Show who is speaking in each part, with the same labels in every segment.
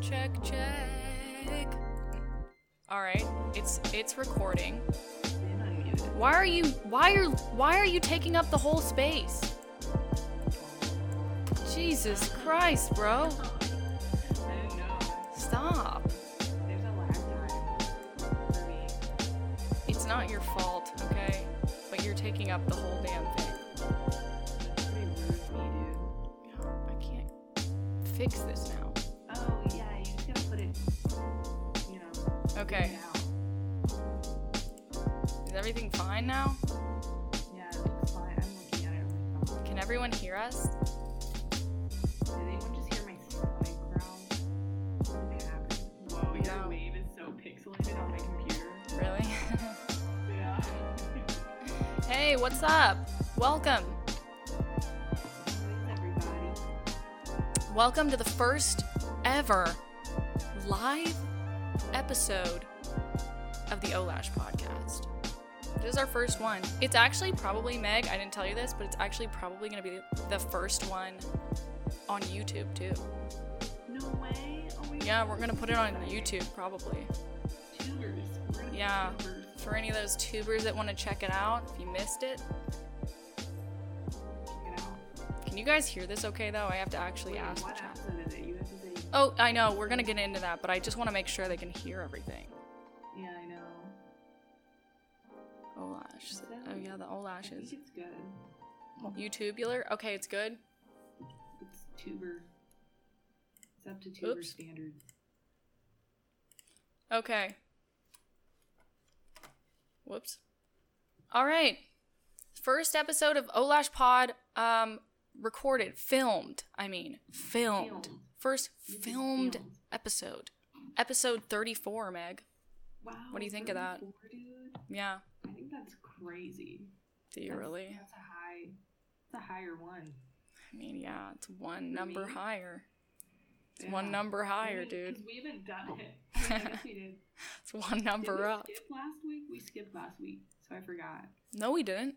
Speaker 1: check, check. All right, it's it's recording. Why are you why are why are you taking up the whole space? Jesus Christ, bro. Stop. It's not your fault, okay? But you're taking up the whole damn thing. I can't fix this now. Okay. Is everything fine now? Can everyone hear us?
Speaker 2: Your wave is so pixelated on my computer.
Speaker 1: Really?
Speaker 2: Yeah.
Speaker 1: hey, what's up? Welcome. Welcome to the first ever live episode of the Olash podcast. This is our first one. It's actually probably Meg, I didn't tell you this, but it's actually probably going to be the first one on YouTube too.
Speaker 2: No way. Oh, wait,
Speaker 1: Yeah, we're going to put it on YouTube probably.
Speaker 2: Tubers. We're gonna
Speaker 1: Yeah.
Speaker 2: put tubers.
Speaker 1: For any of those tubers that want to check it out, if you missed it,
Speaker 2: Check it out.
Speaker 1: can you guys hear this okay though? I have to actually
Speaker 2: Wait,
Speaker 1: ask the
Speaker 2: what
Speaker 1: chat.
Speaker 2: episode is it? You have to say.
Speaker 1: Oh, I know, we're going to get into that, but I just want to make sure they can hear everything.
Speaker 2: Yeah, I know.
Speaker 1: Olash.
Speaker 2: Is that
Speaker 1: Oh
Speaker 2: what-
Speaker 1: yeah, the
Speaker 2: I think
Speaker 1: Olashes.
Speaker 2: it's good.
Speaker 1: You tubular? Okay, it's good.
Speaker 2: It's tuber. It's up to tuber
Speaker 1: Oops.
Speaker 2: standards.
Speaker 1: Okay. Whoops. All right. First episode of Olash Pod um recorded, filmed. I mean, filmed.
Speaker 2: Filmed.
Speaker 1: First
Speaker 2: This is
Speaker 1: filmed
Speaker 2: filmed.
Speaker 1: episode. Episode 34, Meg.
Speaker 2: Wow.
Speaker 1: What do you think of that?
Speaker 2: 34, dude?
Speaker 1: Yeah.
Speaker 2: I think that's crazy.
Speaker 1: Do you
Speaker 2: That's-
Speaker 1: really?
Speaker 2: That's a high. That's a higher one.
Speaker 1: I mean, yeah, it's one number
Speaker 2: me?
Speaker 1: higher. It's one
Speaker 2: Yeah.
Speaker 1: number higher,
Speaker 2: Maybe- 'cause
Speaker 1: dude. Oh.
Speaker 2: We haven't done it. I mean, I guess we did.
Speaker 1: It's one
Speaker 2: Did
Speaker 1: number
Speaker 2: we
Speaker 1: up.
Speaker 2: skip last week? We skipped last week, so I forgot.
Speaker 1: No, we didn't.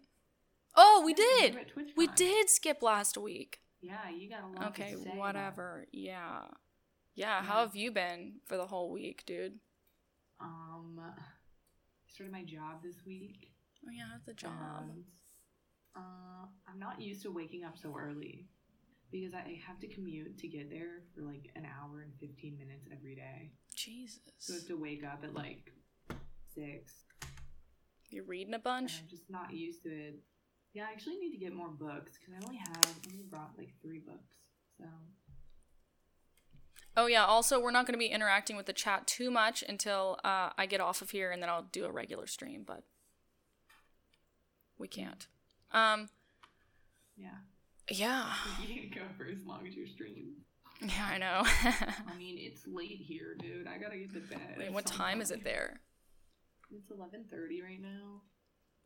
Speaker 1: Oh, we
Speaker 2: Yeah, were
Speaker 1: did.
Speaker 2: at TwitchCon.
Speaker 1: We did skip last week.
Speaker 2: Yeah, you got a lot.
Speaker 1: Okay,
Speaker 2: to say about-
Speaker 1: whatever. Yeah. Yeah,
Speaker 2: Yeah.
Speaker 1: how have you been for the whole week, dude?
Speaker 2: Um, started my job this week.
Speaker 1: Oh, yeah, the job.
Speaker 2: and, uh, I'm not used to waking up so early because I have to commute to get there for like an hour and 15 minutes every day. So I have
Speaker 1: Jesus.
Speaker 2: to wake up at like six.
Speaker 1: You're reading a
Speaker 2: and
Speaker 1: bunch?
Speaker 2: I'm just not used to it. Yeah, I actually need to get more books because I only have I only brought like three books. So
Speaker 1: Oh, yeah. Also, we're not going to be interacting with the chat too much until uh, I get off of here and then I'll do a regular stream, but we can't. Um,
Speaker 2: yeah,
Speaker 1: yeah.
Speaker 2: you can go for as long as your stream.
Speaker 1: Yeah, I know.
Speaker 2: I mean, it's late here, dude. I gotta get to bed.
Speaker 1: Wait,
Speaker 2: at
Speaker 1: what
Speaker 2: some
Speaker 1: time is it there?
Speaker 2: It's 11:30 right now.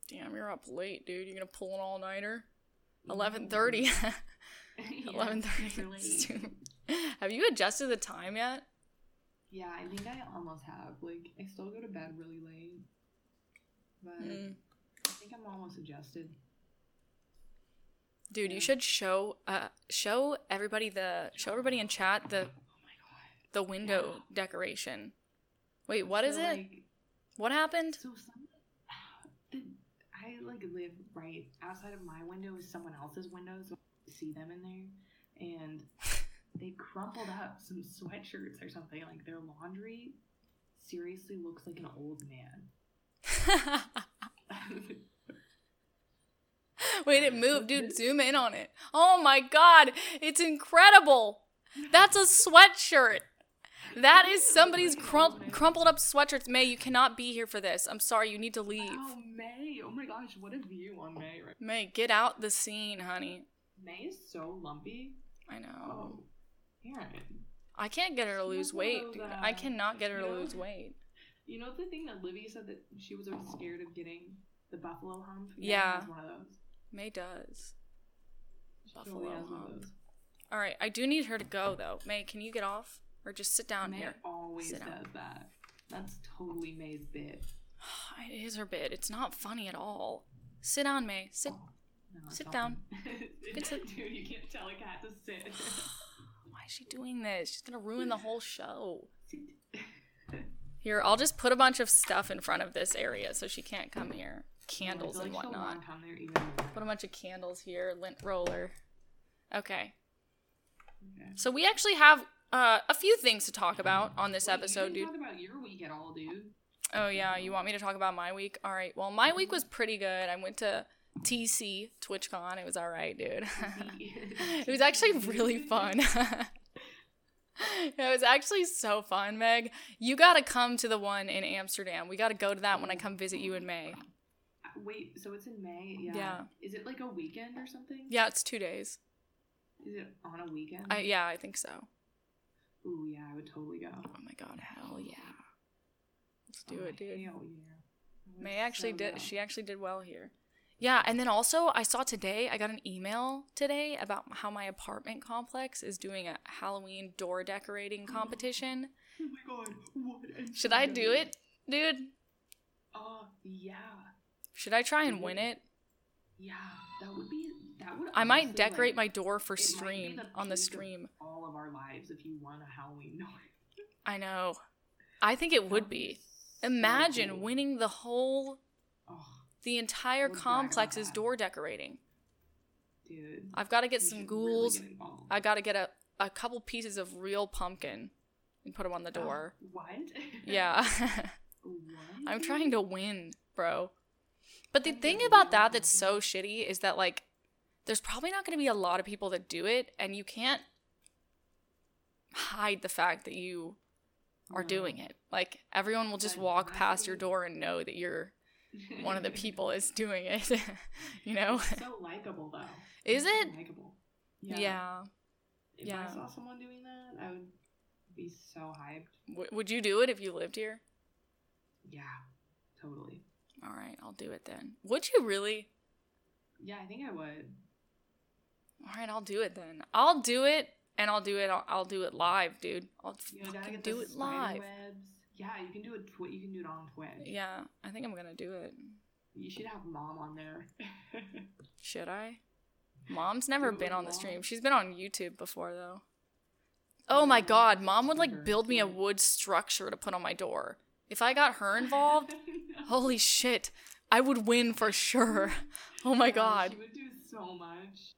Speaker 1: Damn, you're up late, dude. You're going to pull an all nighter? 11.30.
Speaker 2: Yeah,
Speaker 1: Eleven
Speaker 2: super
Speaker 1: thirty.
Speaker 2: late.
Speaker 1: Have you adjusted the time yet?
Speaker 2: Yeah, I think I almost have. Like, I still go to bed really late, but
Speaker 1: Mm.
Speaker 2: I think I'm almost adjusted.
Speaker 1: Dude,
Speaker 2: Yeah.
Speaker 1: you should show uh show everybody the show everybody in chat the
Speaker 2: Oh my god.
Speaker 1: the window decoration. Wait, what is
Speaker 2: So,
Speaker 1: it?
Speaker 2: like,
Speaker 1: What happened?
Speaker 2: So some the, I like live right outside of my window is someone else's window, so I see them in there, and they crumpled up some sweatshirts or something. Like their laundry seriously looks like an old man.
Speaker 1: Wait, it moved, dude. Zoom in on it. Oh my god, it's incredible. That's a sweatshirt. That is somebody's crump- crumpled up sweatshirts. May, you cannot be here for this. I'm sorry, you need to leave.
Speaker 2: Oh May! Oh my gosh, what a view on May! Right?
Speaker 1: May, get out the scene, honey.
Speaker 2: May is so lumpy.
Speaker 1: I know.
Speaker 2: Oh, Aaron.
Speaker 1: I can't get her to
Speaker 2: She's
Speaker 1: lose
Speaker 2: not one
Speaker 1: weight,
Speaker 2: of
Speaker 1: dude. I
Speaker 2: the-
Speaker 1: cannot get her to
Speaker 2: you know?
Speaker 1: lose weight.
Speaker 2: You know the thing that Livy said that she was always scared of getting the buffalo hump.
Speaker 1: Yeah.
Speaker 2: has one of those.
Speaker 1: May does.
Speaker 2: She
Speaker 1: Buffalo
Speaker 2: totally has one of
Speaker 1: hump.
Speaker 2: those.
Speaker 1: All right, I do need her to go though. May, can you get off or just sit down
Speaker 2: May
Speaker 1: here?
Speaker 2: always
Speaker 1: Sit
Speaker 2: does
Speaker 1: down.
Speaker 2: that. That's totally May's bit.
Speaker 1: It is her bid. It's not funny at all. Sit down, May. Sit.
Speaker 2: No, it's
Speaker 1: Sit
Speaker 2: not
Speaker 1: down.
Speaker 2: funny.
Speaker 1: can sit.
Speaker 2: Dude, you can't tell a cat to sit.
Speaker 1: Why is she doing this? She's gonna ruin the whole show.
Speaker 2: See,
Speaker 1: Here, I'll just put a bunch of stuff in front of this area so she can't come here. Candles
Speaker 2: I
Speaker 1: and
Speaker 2: feel like she'll
Speaker 1: whatnot.
Speaker 2: walk on there even more.
Speaker 1: Put a bunch of candles here, lint roller. Okay.
Speaker 2: Okay.
Speaker 1: So we actually have uh, a few things to talk about on this
Speaker 2: Wait,
Speaker 1: episode,
Speaker 2: you
Speaker 1: dude.
Speaker 2: didn't Talk about your week at all, dude.
Speaker 1: Oh yeah, you want me to talk about my week? All right. Well, my week was pretty good. I went to TC TwitchCon. It was all right, dude. it was actually really fun. it was actually so fun, Meg. You got to come to the one in Amsterdam. We got to go to that when I come visit you in May.
Speaker 2: Wait, so it's in May? Yeah.
Speaker 1: Yeah.
Speaker 2: Is it like a weekend or something?
Speaker 1: Yeah, it's 2 days.
Speaker 2: Is it on a weekend?
Speaker 1: I yeah, I think so.
Speaker 2: Ooh, yeah, I would totally go.
Speaker 1: Oh my god, hell yeah. Let's do it, dude.
Speaker 2: Hell yeah. I would
Speaker 1: May actually
Speaker 2: so go.
Speaker 1: did. She actually did well here. Yeah, and then also I saw today I got an email today about how my apartment complex is doing a Halloween door decorating competition.
Speaker 2: Oh my god. What? I'm
Speaker 1: Should
Speaker 2: so
Speaker 1: I
Speaker 2: good.
Speaker 1: do it, dude?
Speaker 2: Oh yeah,
Speaker 1: Should I try and win it?
Speaker 2: yeah. That would be. That would.
Speaker 1: I might
Speaker 2: honestly,
Speaker 1: decorate my
Speaker 2: like,
Speaker 1: door for
Speaker 2: it might be
Speaker 1: stream
Speaker 2: the
Speaker 1: on the
Speaker 2: peak of
Speaker 1: stream.
Speaker 2: all of our lives if you want a Halloween noise.
Speaker 1: I know. I think it would be. Imagine winning the whole
Speaker 2: Oh,
Speaker 1: the entire
Speaker 2: We'll brag about
Speaker 1: complex's
Speaker 2: that.
Speaker 1: door decorating.
Speaker 2: dude.
Speaker 1: I've got to get
Speaker 2: you
Speaker 1: some
Speaker 2: should
Speaker 1: ghouls.
Speaker 2: Really get involved.
Speaker 1: I got to get a, a couple pieces of real pumpkin and put them on the
Speaker 2: Oh,
Speaker 1: door.
Speaker 2: what?
Speaker 1: Yeah.
Speaker 2: what?
Speaker 1: I'm trying to win, bro. But the
Speaker 2: I'm
Speaker 1: thing
Speaker 2: gonna
Speaker 1: about
Speaker 2: win.
Speaker 1: that that's so shitty is that, like, there's probably not going to be a lot of people that do it, and you can't hide the fact that you are doing it. Like, everyone will just
Speaker 2: Like,
Speaker 1: walk
Speaker 2: I
Speaker 1: past your
Speaker 2: think-
Speaker 1: door and know that you're one of the people is doing it, you know?
Speaker 2: It's so likable though.
Speaker 1: Is
Speaker 2: It's so
Speaker 1: it?
Speaker 2: likable?
Speaker 1: Yeah.
Speaker 2: If
Speaker 1: yeah.
Speaker 2: I saw someone doing that, I would be so hyped.
Speaker 1: W- would you do it if you lived here?
Speaker 2: Yeah, totally.
Speaker 1: All right, I'll do it then. Would you really?
Speaker 2: Yeah, I think I would.
Speaker 1: All right, I'll do it then. I'll do it, and I'll do it. I'll, I'll do it live, dude. I'll
Speaker 2: You know, gotta
Speaker 1: fucking
Speaker 2: get
Speaker 1: do
Speaker 2: the
Speaker 1: it
Speaker 2: spider
Speaker 1: live.
Speaker 2: Webs. Yeah, you can do it. Twi- you can do it on Twitch.
Speaker 1: Yeah, I think I'm gonna do it.
Speaker 2: You should have mom on there.
Speaker 1: Should I? Mom's never
Speaker 2: Do it,
Speaker 1: been on the
Speaker 2: Mom.
Speaker 1: stream. She's been on YouTube before though. Oh my god, mom would like
Speaker 2: Super
Speaker 1: build me a
Speaker 2: cute.
Speaker 1: wood structure to put on my door. If I got her involved, holy shit, I would win for sure. Oh my
Speaker 2: Yeah,
Speaker 1: god.
Speaker 2: She would do so much.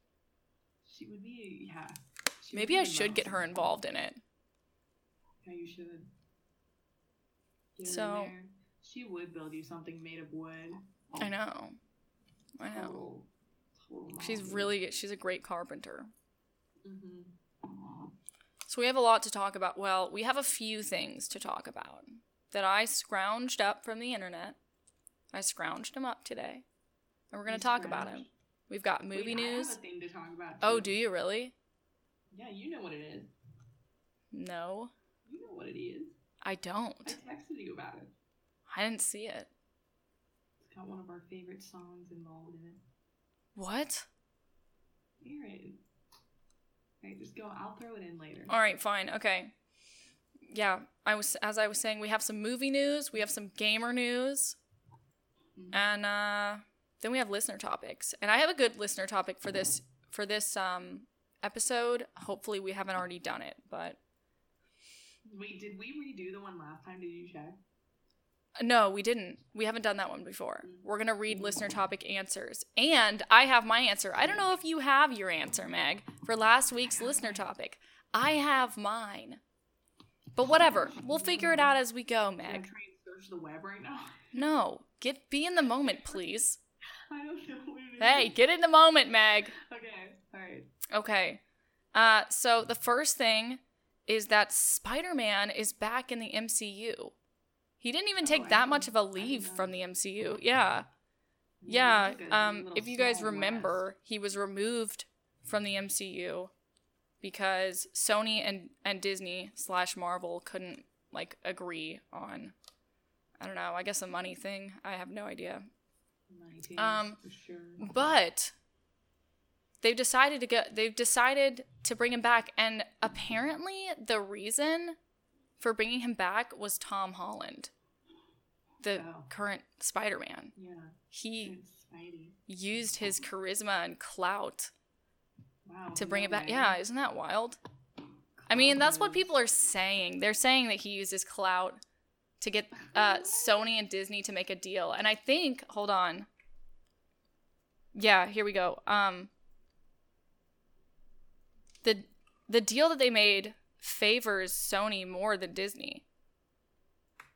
Speaker 2: She would be yeah. she would
Speaker 1: Maybe
Speaker 2: be
Speaker 1: I
Speaker 2: the
Speaker 1: should get
Speaker 2: most.
Speaker 1: her involved in it.
Speaker 2: Yeah, you should. Get her in
Speaker 1: So-
Speaker 2: there. she would build you something made of wood.
Speaker 1: I know. I know.
Speaker 2: Total, total
Speaker 1: She's
Speaker 2: mom.
Speaker 1: really she's a great carpenter.
Speaker 2: Mhm.
Speaker 1: So we have a lot to talk about. Well, we have a few things to talk about that I scrounged up from the internet. I scrounged them up today, and we're gonna
Speaker 2: You
Speaker 1: talk about
Speaker 2: scrounged?
Speaker 1: them. We've got
Speaker 2: Wait,
Speaker 1: movie
Speaker 2: I have a
Speaker 1: news.
Speaker 2: thing to talk about,
Speaker 1: Oh,
Speaker 2: too.
Speaker 1: do you really?
Speaker 2: Yeah, you know what it is.
Speaker 1: No,
Speaker 2: You know what it is.
Speaker 1: I
Speaker 2: I
Speaker 1: don't.
Speaker 2: texted you about it.
Speaker 1: I didn't see it.
Speaker 2: It's got one of our favorite songs involved in it.
Speaker 1: What?
Speaker 2: Hear it. Alright, just go. I'll throw it in later.
Speaker 1: All right, fine. Okay. Yeah, I was as I was saying, we have some movie news, we have some gamer news,
Speaker 2: Mhm.
Speaker 1: and uh, then we have listener topics. And I have a good listener topic for this for this um, episode. Hopefully, we haven't already done it, but
Speaker 2: Wait, did we redo the one last time? Did you check?
Speaker 1: no, we didn't. We haven't done that one before.
Speaker 2: Mhm.
Speaker 1: We're gonna read listener topic answers, and I have my answer. I don't know if you have your answer, Meg, for last week's listener topic. I have mine, but whatever. We'll figure it out as we go,
Speaker 2: Should I
Speaker 1: Meg.
Speaker 2: try and search the web right now.
Speaker 1: No, get be in the moment, please.
Speaker 2: I don't know what it is.
Speaker 1: Hey, get in the moment, Meg.
Speaker 2: Okay. Alright.
Speaker 1: Okay. Uh, so the first thing is that Spider-Man is back in the MCU. He didn't even
Speaker 2: Oh,
Speaker 1: take
Speaker 2: I
Speaker 1: that
Speaker 2: didn't-
Speaker 1: much of a
Speaker 2: I didn't
Speaker 1: leave
Speaker 2: know
Speaker 1: from the
Speaker 2: that.
Speaker 1: MCU. Yeah, yeah.
Speaker 2: it's a
Speaker 1: Um,
Speaker 2: little
Speaker 1: if you guys
Speaker 2: small
Speaker 1: remember, he was removed from the MCU because Sony and and Disney slash Marvel couldn't like agree on. I don't know. I guess a money thing. I have no idea.
Speaker 2: west. 90s,
Speaker 1: um,
Speaker 2: for sure.
Speaker 1: But they've decided to go they've decided to bring him back and apparently the reason for bringing him back was Tom Holland, the
Speaker 2: Oh.
Speaker 1: current Spider-Man.
Speaker 2: yeah,
Speaker 1: He
Speaker 2: it's Spidey.
Speaker 1: used his charisma and clout
Speaker 2: Wow.
Speaker 1: to bring
Speaker 2: no
Speaker 1: it back.
Speaker 2: way.
Speaker 1: Yeah, isn't that wild? I mean, that's what
Speaker 2: Mhm.
Speaker 1: people are saying. They're saying that he uses clout to get uh, Sony and Disney to make a deal. And I think, hold on. Yeah, here we go. Um, the the deal that they made favors Sony more than Disney.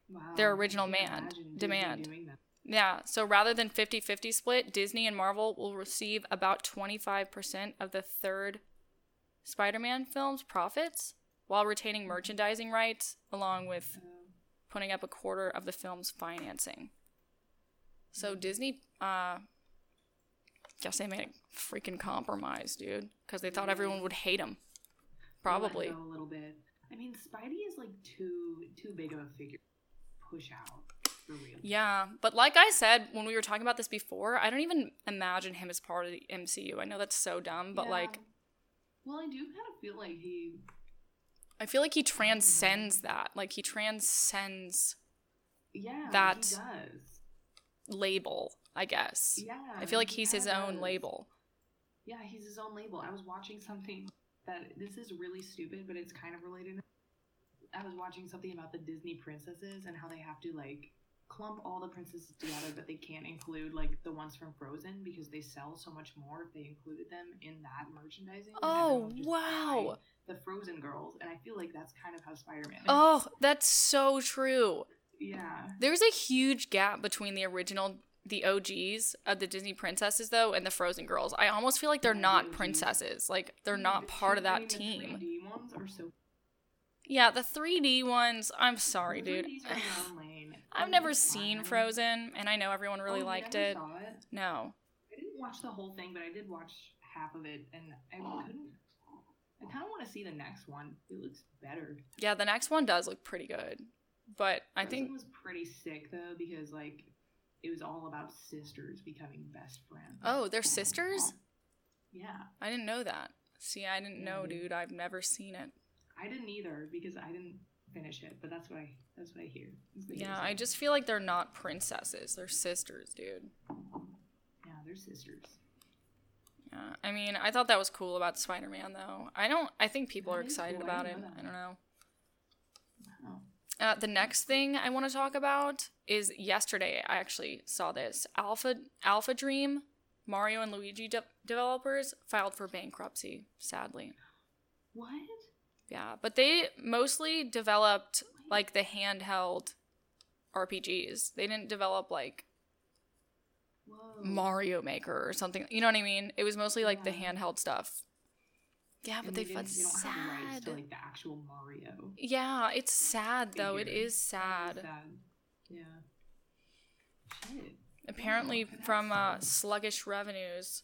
Speaker 2: Wow,
Speaker 1: their
Speaker 2: I
Speaker 1: original
Speaker 2: can't
Speaker 1: man-
Speaker 2: imagine Disney
Speaker 1: demand.
Speaker 2: doing that.
Speaker 1: Yeah, so rather than 50-50 split, Disney and Marvel will receive about 25% of the third Spider-Man film's profits while retaining merchandising rights along with
Speaker 2: Oh.
Speaker 1: putting up a quarter of the film's financing. So Disney, uh, guess they made a freaking compromise, dude, because they thought everyone would hate him.
Speaker 2: let
Speaker 1: Probably.
Speaker 2: go a little bit. I mean, Spidey is like too too big of a figure. to Push out for real.
Speaker 1: Yeah, but like I said when we were talking about this before, I don't even imagine him as part of the MCU. I know that's so dumb, but
Speaker 2: Yeah.
Speaker 1: like
Speaker 2: well, I do kind of feel like he.
Speaker 1: I feel like he transcends that. Like he transcends
Speaker 2: Yeah,
Speaker 1: That-
Speaker 2: he does.
Speaker 1: label, I guess.
Speaker 2: Yeah,
Speaker 1: I feel like
Speaker 2: he
Speaker 1: he's his
Speaker 2: kinda
Speaker 1: own
Speaker 2: does.
Speaker 1: label.
Speaker 2: Yeah, he's his own label. I was watching something that this is really stupid, but it's kind of related. I was watching something about the Disney princesses and how they have to like clump all the princesses together, but they can't include like the ones from Frozen because they sell so much more if they included them in that merchandising. and
Speaker 1: Oh,
Speaker 2: everyone would just buy
Speaker 1: wow.
Speaker 2: The Frozen girls, and I feel like that's kind of how Spider Man.
Speaker 1: Oh, that's so true.
Speaker 2: yeah,
Speaker 1: There's a huge gap between the original, the OGs of the Disney princesses, though, and the Frozen girls. I almost feel like they're
Speaker 2: Yeah, the
Speaker 1: not
Speaker 2: OGs.
Speaker 1: princesses. Like, they're
Speaker 2: Dude,
Speaker 1: not
Speaker 2: Mm-hmm. the
Speaker 1: part of that
Speaker 2: 2D and the
Speaker 1: team.
Speaker 2: 3D ones are so
Speaker 1: Yeah, the 3D ones, I'm sorry,
Speaker 2: Those are-
Speaker 1: dude.
Speaker 2: these are my own lane.
Speaker 1: I've
Speaker 2: Oh,
Speaker 1: never
Speaker 2: it's
Speaker 1: seen
Speaker 2: fine.
Speaker 1: Frozen, and I know everyone really
Speaker 2: Oh, you
Speaker 1: liked
Speaker 2: never
Speaker 1: it.
Speaker 2: saw it.
Speaker 1: No.
Speaker 2: I didn't watch the whole thing, but I did watch half of it, and I couldn't. I kind of want to see the next one. It looks better.
Speaker 1: Yeah, the next one does look pretty good. But I think
Speaker 2: it was pretty sick though because like it was all about sisters becoming best friends.
Speaker 1: Oh, they're sisters?
Speaker 2: yeah,
Speaker 1: I didn't know that. See, I didn't know,
Speaker 2: Yeah.
Speaker 1: dude. I've never seen it.
Speaker 2: I didn't either because I didn't finish it, but that's what I that's what I hear. That's what I hear
Speaker 1: Yeah,
Speaker 2: so
Speaker 1: I
Speaker 2: much.
Speaker 1: just feel like they're not princesses. They're sisters, dude.
Speaker 2: yeah they're sisters.
Speaker 1: Yeah. I mean, I thought that was cool about Spider Man, though. I don't, I think people
Speaker 2: That
Speaker 1: are
Speaker 2: is
Speaker 1: excited
Speaker 2: cool. I
Speaker 1: about it.
Speaker 2: didn't know that.
Speaker 1: I don't know.
Speaker 2: Wow.
Speaker 1: Uh, the next thing I want to talk about is yesterday. I actually saw this Alpha Alpha Dream, Mario and Luigi de- developers filed for bankruptcy. Sadly,
Speaker 2: What?
Speaker 1: yeah, but they mostly developed like the handheld RPGs. They didn't develop like
Speaker 2: Whoa.
Speaker 1: Mario Maker or something. You know what I mean? It was mostly like the
Speaker 2: Yeah.
Speaker 1: handheld stuff. Yeah, but
Speaker 2: And
Speaker 1: they,
Speaker 2: didn't-
Speaker 1: felt
Speaker 2: they don't
Speaker 1: sad.
Speaker 2: have rights to like the actual Mario.
Speaker 1: yeah, it's sad though. It
Speaker 2: figure.
Speaker 1: is sad.
Speaker 2: Yeah. Shit.
Speaker 1: Apparently
Speaker 2: that's
Speaker 1: from uh,
Speaker 2: sad.
Speaker 1: sluggish revenues.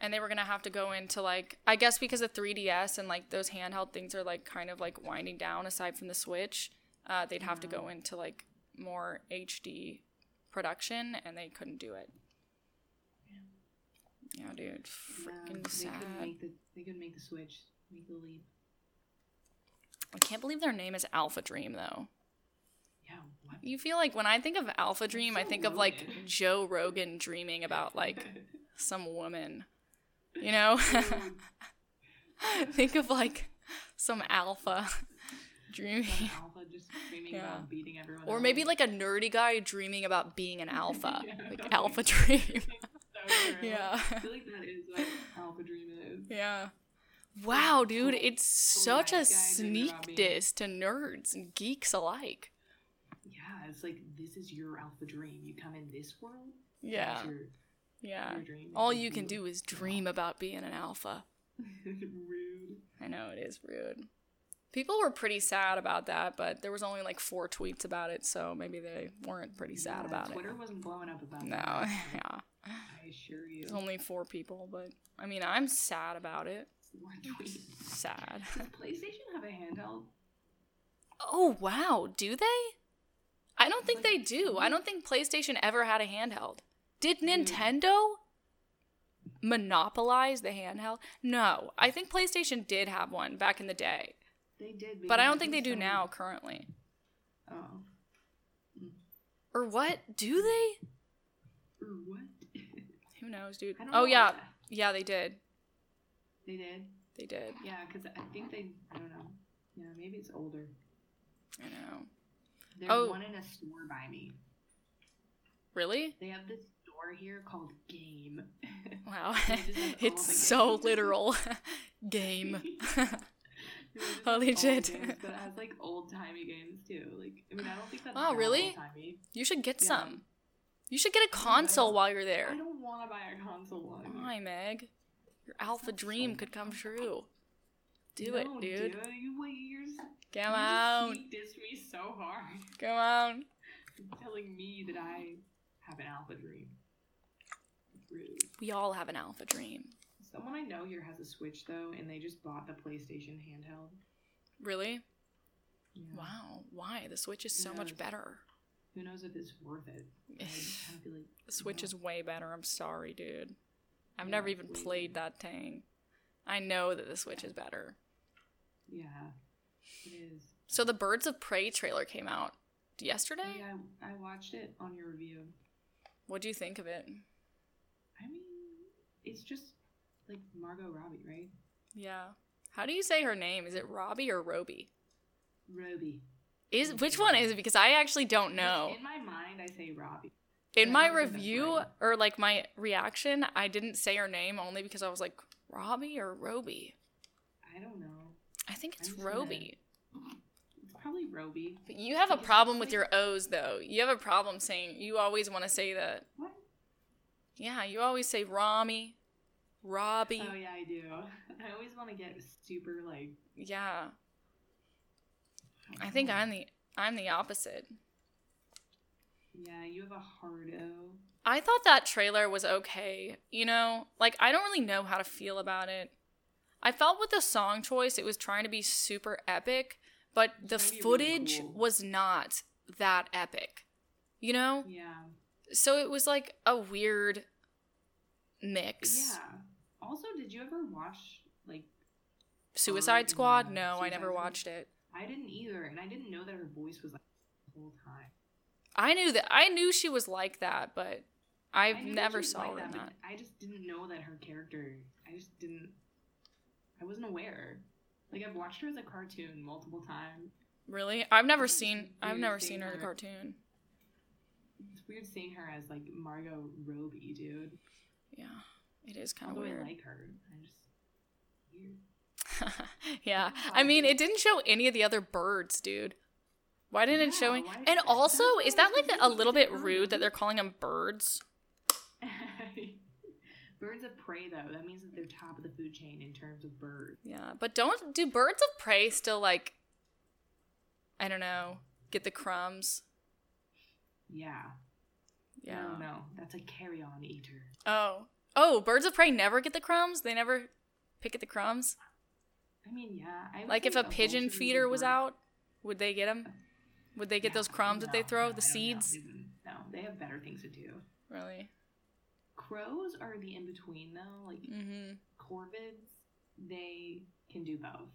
Speaker 1: And they were gonna have to go into like I guess because of 3DS and like those handheld things are like kind of like winding down aside from the Switch, uh, they'd have to
Speaker 2: Yeah.
Speaker 1: go into like more HD production and they couldn't do it. Yeah, dude,
Speaker 2: Yeah,
Speaker 1: freaking
Speaker 2: Um, they
Speaker 1: sad.
Speaker 2: Could make the, they could make the switch, make the leap.
Speaker 1: I can't believe their name is Alpha Dream though.
Speaker 2: Yeah, what?
Speaker 1: You feel like when I think of Alpha
Speaker 2: That's
Speaker 1: Dream,
Speaker 2: so
Speaker 1: I think of like
Speaker 2: loaded.
Speaker 1: Joe Rogan dreaming about like some woman, you know?
Speaker 2: Dude,
Speaker 1: think of like some alpha dreaming.
Speaker 2: some alpha just screaming
Speaker 1: Yeah.
Speaker 2: about beating everyone.
Speaker 1: Or
Speaker 2: else.
Speaker 1: maybe like a nerdy guy dreaming about being an alpha.
Speaker 2: Yeah.
Speaker 1: Like alpha dream.
Speaker 2: So true.
Speaker 1: yeah.
Speaker 2: I feel like that is what alpha dream is.
Speaker 1: Yeah. Wow, dude,
Speaker 2: cool-
Speaker 1: it's such a
Speaker 2: nice guy dreaming about
Speaker 1: sneak
Speaker 2: being-
Speaker 1: diss to nerds and geeks alike.
Speaker 2: Yeah, it's like this is your alpha dream. You come in this world.
Speaker 1: Yeah.
Speaker 2: that's Your,
Speaker 1: Yeah.
Speaker 2: your dream.
Speaker 1: All
Speaker 2: and
Speaker 1: you can do is dream about being an alpha.
Speaker 2: Rude.
Speaker 1: I know it is rude. People were pretty sad about that, but there was only like four tweets about it, so maybe they weren't pretty sad
Speaker 2: Yeah,
Speaker 1: about
Speaker 2: Twitter
Speaker 1: it.
Speaker 2: wasn't blowing up about
Speaker 1: No, Oh.
Speaker 2: that.
Speaker 1: yeah.
Speaker 2: I assure you.
Speaker 1: It's only four people, but I mean, I'm sad about it.
Speaker 2: Four tweets.
Speaker 1: Sad.
Speaker 2: Does PlayStation have a handheld?
Speaker 1: Oh, wow. Do they? I don't think they do. I don't think PlayStation ever had a handheld. Did
Speaker 2: Mm.
Speaker 1: Nintendo monopolize the handheld? No. I think PlayStation did have one back in the day,
Speaker 2: They did,
Speaker 1: but I
Speaker 2: because
Speaker 1: don't think they do
Speaker 2: some-
Speaker 1: now currently.
Speaker 2: Oh,
Speaker 1: Or what? Do they?
Speaker 2: or what?
Speaker 1: Who knows, dude?
Speaker 2: I don't know
Speaker 1: Oh,
Speaker 2: about
Speaker 1: yeah.
Speaker 2: that.
Speaker 1: Yeah, they did.
Speaker 2: they did.
Speaker 1: They did.
Speaker 2: Yeah, because I think they, I don't know. Yeah, maybe it's older.
Speaker 1: I know.
Speaker 2: There's
Speaker 1: Oh.
Speaker 2: one in a store by me.
Speaker 1: Really?
Speaker 2: They have this store here called Game.
Speaker 1: Wow.
Speaker 2: They just have all the
Speaker 1: it's so
Speaker 2: games.
Speaker 1: literal. Game.
Speaker 2: It was just
Speaker 1: Holy
Speaker 2: old
Speaker 1: shit.
Speaker 2: games, but it has like old timey games too. Like, I mean, I don't think that's
Speaker 1: Wow, Oh, really?
Speaker 2: old timey.
Speaker 1: you should get
Speaker 2: Yeah.
Speaker 1: some. You should get a console while you're
Speaker 2: I
Speaker 1: there.
Speaker 2: don't want to buy a console one.
Speaker 1: Why, Meg? Your alpha
Speaker 2: not
Speaker 1: dream
Speaker 2: fun.
Speaker 1: could come true. Do it,
Speaker 2: No,
Speaker 1: dude.
Speaker 2: You wait years.
Speaker 1: Come
Speaker 2: you
Speaker 1: on.
Speaker 2: Dissed me so hard,
Speaker 1: Come on.
Speaker 2: telling me that I have an alpha dream. Rude.
Speaker 1: We all have an alpha dream.
Speaker 2: Someone I know here has a Switch though, and they just bought the PlayStation handheld.
Speaker 1: Really?
Speaker 2: Yeah.
Speaker 1: Wow. Why? The Switch is so much
Speaker 2: Yes.
Speaker 1: better.
Speaker 2: Who knows if it's worth it? I kind of feel like
Speaker 1: The Switch
Speaker 2: Yeah.
Speaker 1: is way better. I'm sorry, dude. I've
Speaker 2: Yeah,
Speaker 1: never even
Speaker 2: way
Speaker 1: played that thing. I know that the Switch is better.
Speaker 2: yeah, it is.
Speaker 1: So the Birds of Prey trailer came out yesterday.
Speaker 2: Yeah, I, I watched it on your review.
Speaker 1: What do you think of it?
Speaker 2: I mean, it's just like Margot Robbie, right?
Speaker 1: Yeah. How do you say her name? Is it Robbie or Roby?
Speaker 2: Robbie.
Speaker 1: Is
Speaker 2: Mm,
Speaker 1: which one is it? Because I actually don't know.
Speaker 2: In my mind, I say Robbie.
Speaker 1: In my
Speaker 2: I don't think that's
Speaker 1: review
Speaker 2: right.
Speaker 1: or like my reaction, I didn't say her name only because I was like Robbie or Roby.
Speaker 2: I don't know.
Speaker 1: I think it's
Speaker 2: I'm just gonna-
Speaker 1: Roby.
Speaker 2: It's probably Roby.
Speaker 1: But you have a
Speaker 2: Because
Speaker 1: problem
Speaker 2: it's
Speaker 1: with
Speaker 2: like-
Speaker 1: your O's though. You have a problem saying you always want to say that.
Speaker 2: What?
Speaker 1: Yeah, you always say Rami, Robbie.
Speaker 2: Oh yeah, I do. I always want to get super like.
Speaker 1: yeah. I think I'm the I'm the opposite.
Speaker 2: Yeah, you have a hard O.
Speaker 1: I thought that trailer was okay. You know, like I don't really know how to feel about it. I felt with the song choice, it was trying to be super epic, but the
Speaker 2: trying to be really
Speaker 1: footage
Speaker 2: cool.
Speaker 1: was not that epic. You know?
Speaker 2: Yeah.
Speaker 1: So it was like a weird mix.
Speaker 2: Yeah. Also, did you ever watch like
Speaker 1: Suicide
Speaker 2: Um,
Speaker 1: Squad? No, I
Speaker 2: Suicide
Speaker 1: never
Speaker 2: Squad.
Speaker 1: watched it.
Speaker 2: I didn't either, and I didn't know that her voice was like the whole time.
Speaker 1: I knew that I knew she was like that, but I
Speaker 2: I knew that
Speaker 1: never
Speaker 2: she was
Speaker 1: saw
Speaker 2: like
Speaker 1: her in
Speaker 2: that,
Speaker 1: that.
Speaker 2: but I just didn't know that her character. I just didn't. I wasn't aware. Like I've watched her as a cartoon multiple times.
Speaker 1: Really? I've never
Speaker 2: It's
Speaker 1: seen I've
Speaker 2: weird
Speaker 1: never
Speaker 2: seeing
Speaker 1: seen her in a
Speaker 2: her.
Speaker 1: cartoon.
Speaker 2: It's weird seeing her as like Margot Robbie, dude.
Speaker 1: Yeah. It is kind of
Speaker 2: Although
Speaker 1: weird.
Speaker 2: I like her, I just weird.
Speaker 1: yeah.
Speaker 2: Yeah.
Speaker 1: I mean, it didn't show any of the other birds, dude. Why didn't it show
Speaker 2: Yeah,
Speaker 1: any?
Speaker 2: why-
Speaker 1: And
Speaker 2: that's
Speaker 1: also,
Speaker 2: what
Speaker 1: is
Speaker 2: I
Speaker 1: that
Speaker 2: was
Speaker 1: like a
Speaker 2: confused.
Speaker 1: little
Speaker 2: It's
Speaker 1: bit
Speaker 2: not
Speaker 1: rude that
Speaker 2: really-
Speaker 1: they're calling them birds?
Speaker 2: Birds of prey, though, that means that they're top of the food chain in terms of birds.
Speaker 1: Yeah, but don't do birds of prey still like I don't know, get the crumbs?
Speaker 2: Yeah.
Speaker 1: Yeah.
Speaker 2: No, no, that's a carry-on eater.
Speaker 1: Oh. Oh, birds of prey never get the crumbs? They never pick at the crumbs?
Speaker 2: I mean, yeah. I would
Speaker 1: Like
Speaker 2: say
Speaker 1: if a
Speaker 2: vulture
Speaker 1: pigeon
Speaker 2: is
Speaker 1: feeder was
Speaker 2: bird.
Speaker 1: out, would they get them? Would they get
Speaker 2: Yeah,
Speaker 1: those crumbs that they
Speaker 2: no,
Speaker 1: throw,
Speaker 2: no,
Speaker 1: the
Speaker 2: I don't know.
Speaker 1: seeds?
Speaker 2: Mm-mm. No, they have better things to do.
Speaker 1: Really?
Speaker 2: Crows are the in between though. Like
Speaker 1: Mhm.
Speaker 2: corvids, they can do both.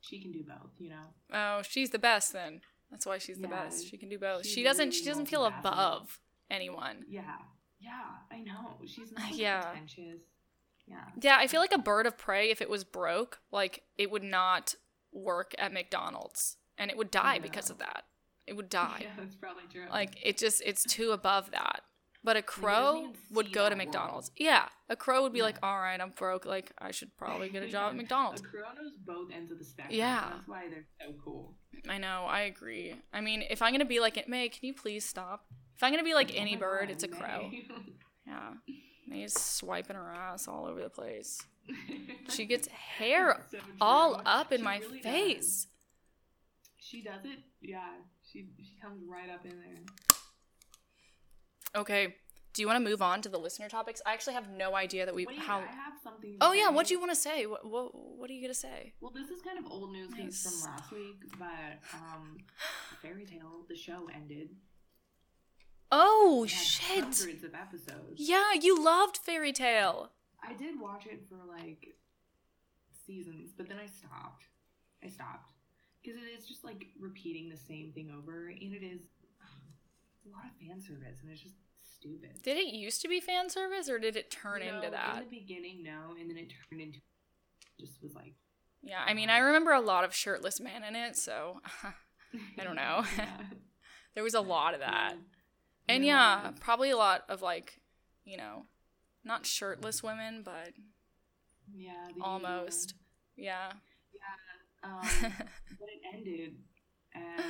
Speaker 2: She can do both, you know.
Speaker 1: Oh, she's the best then. That's why she's the
Speaker 2: Yeah,
Speaker 1: best. She can do both.
Speaker 2: she's
Speaker 1: She doesn't
Speaker 2: really
Speaker 1: she doesn't feel
Speaker 2: multifaceted.
Speaker 1: above anyone.
Speaker 2: Yeah, yeah, I know. She's not like,
Speaker 1: Yeah.
Speaker 2: pretentious. Yeah,
Speaker 1: Yeah, I feel like a bird of prey if it was broke, like it would not work at McDonald's and it would die because of that. It would die.
Speaker 2: yeah, that's probably true.
Speaker 1: Like it just it's too above that. But a crow
Speaker 2: even
Speaker 1: would
Speaker 2: see
Speaker 1: go to
Speaker 2: that world.
Speaker 1: McDonald's. Yeah, a crow would be
Speaker 2: Yeah.
Speaker 1: like, "All right, I'm broke. Like I should probably get a job at
Speaker 2: a
Speaker 1: McDonald's."
Speaker 2: crow knows both ends of the spectrum.
Speaker 1: Yeah.
Speaker 2: that's why they're so cool.
Speaker 1: I know. I agree. I mean, if I'm gonna be like, "May, can you please stop?" If I'm gonna be like
Speaker 2: Oh
Speaker 1: any
Speaker 2: my
Speaker 1: bird,
Speaker 2: God,
Speaker 1: it's a
Speaker 2: May.
Speaker 1: crow. Yeah. May's swiping her ass all over the place. She gets hair
Speaker 2: It's so true.
Speaker 1: all up in
Speaker 2: She
Speaker 1: my
Speaker 2: really does.
Speaker 1: face.
Speaker 2: She does it. Yeah, she she comes right up in there.
Speaker 1: Okay. Do you want to move on to the listener topics? I actually have no idea that we
Speaker 2: Wait,
Speaker 1: how.
Speaker 2: I have something. to
Speaker 1: Oh yeah,
Speaker 2: say.
Speaker 1: what do you want to say? What what, what are you gonna say?
Speaker 2: Well, this is kind of old news 'cause it's
Speaker 1: Nice.
Speaker 2: from last week, but um, Fairy Tale the show ended.
Speaker 1: Oh
Speaker 2: It had
Speaker 1: shit!
Speaker 2: Hundreds of episodes.
Speaker 1: Yeah, you loved Fairy Tale.
Speaker 2: I did watch it for like seasons, but then I stopped. I stopped because it is just like repeating the same thing over, and it is um, a lot of fan service, and it's just stupid.
Speaker 1: Did it used to be fan service, or did it turn
Speaker 2: You know,
Speaker 1: into that?
Speaker 2: In the beginning, no, and then it turned into just was like
Speaker 1: Yeah, I mean, I remember a lot of shirtless men in it, so I don't know.
Speaker 2: Yeah.
Speaker 1: there was a lot of that. And
Speaker 2: Yeah.
Speaker 1: yeah, probably a lot of like, you know, not shirtless women, but
Speaker 2: Yeah. the usual.
Speaker 1: almost. Yeah.
Speaker 2: Um, but it ended. And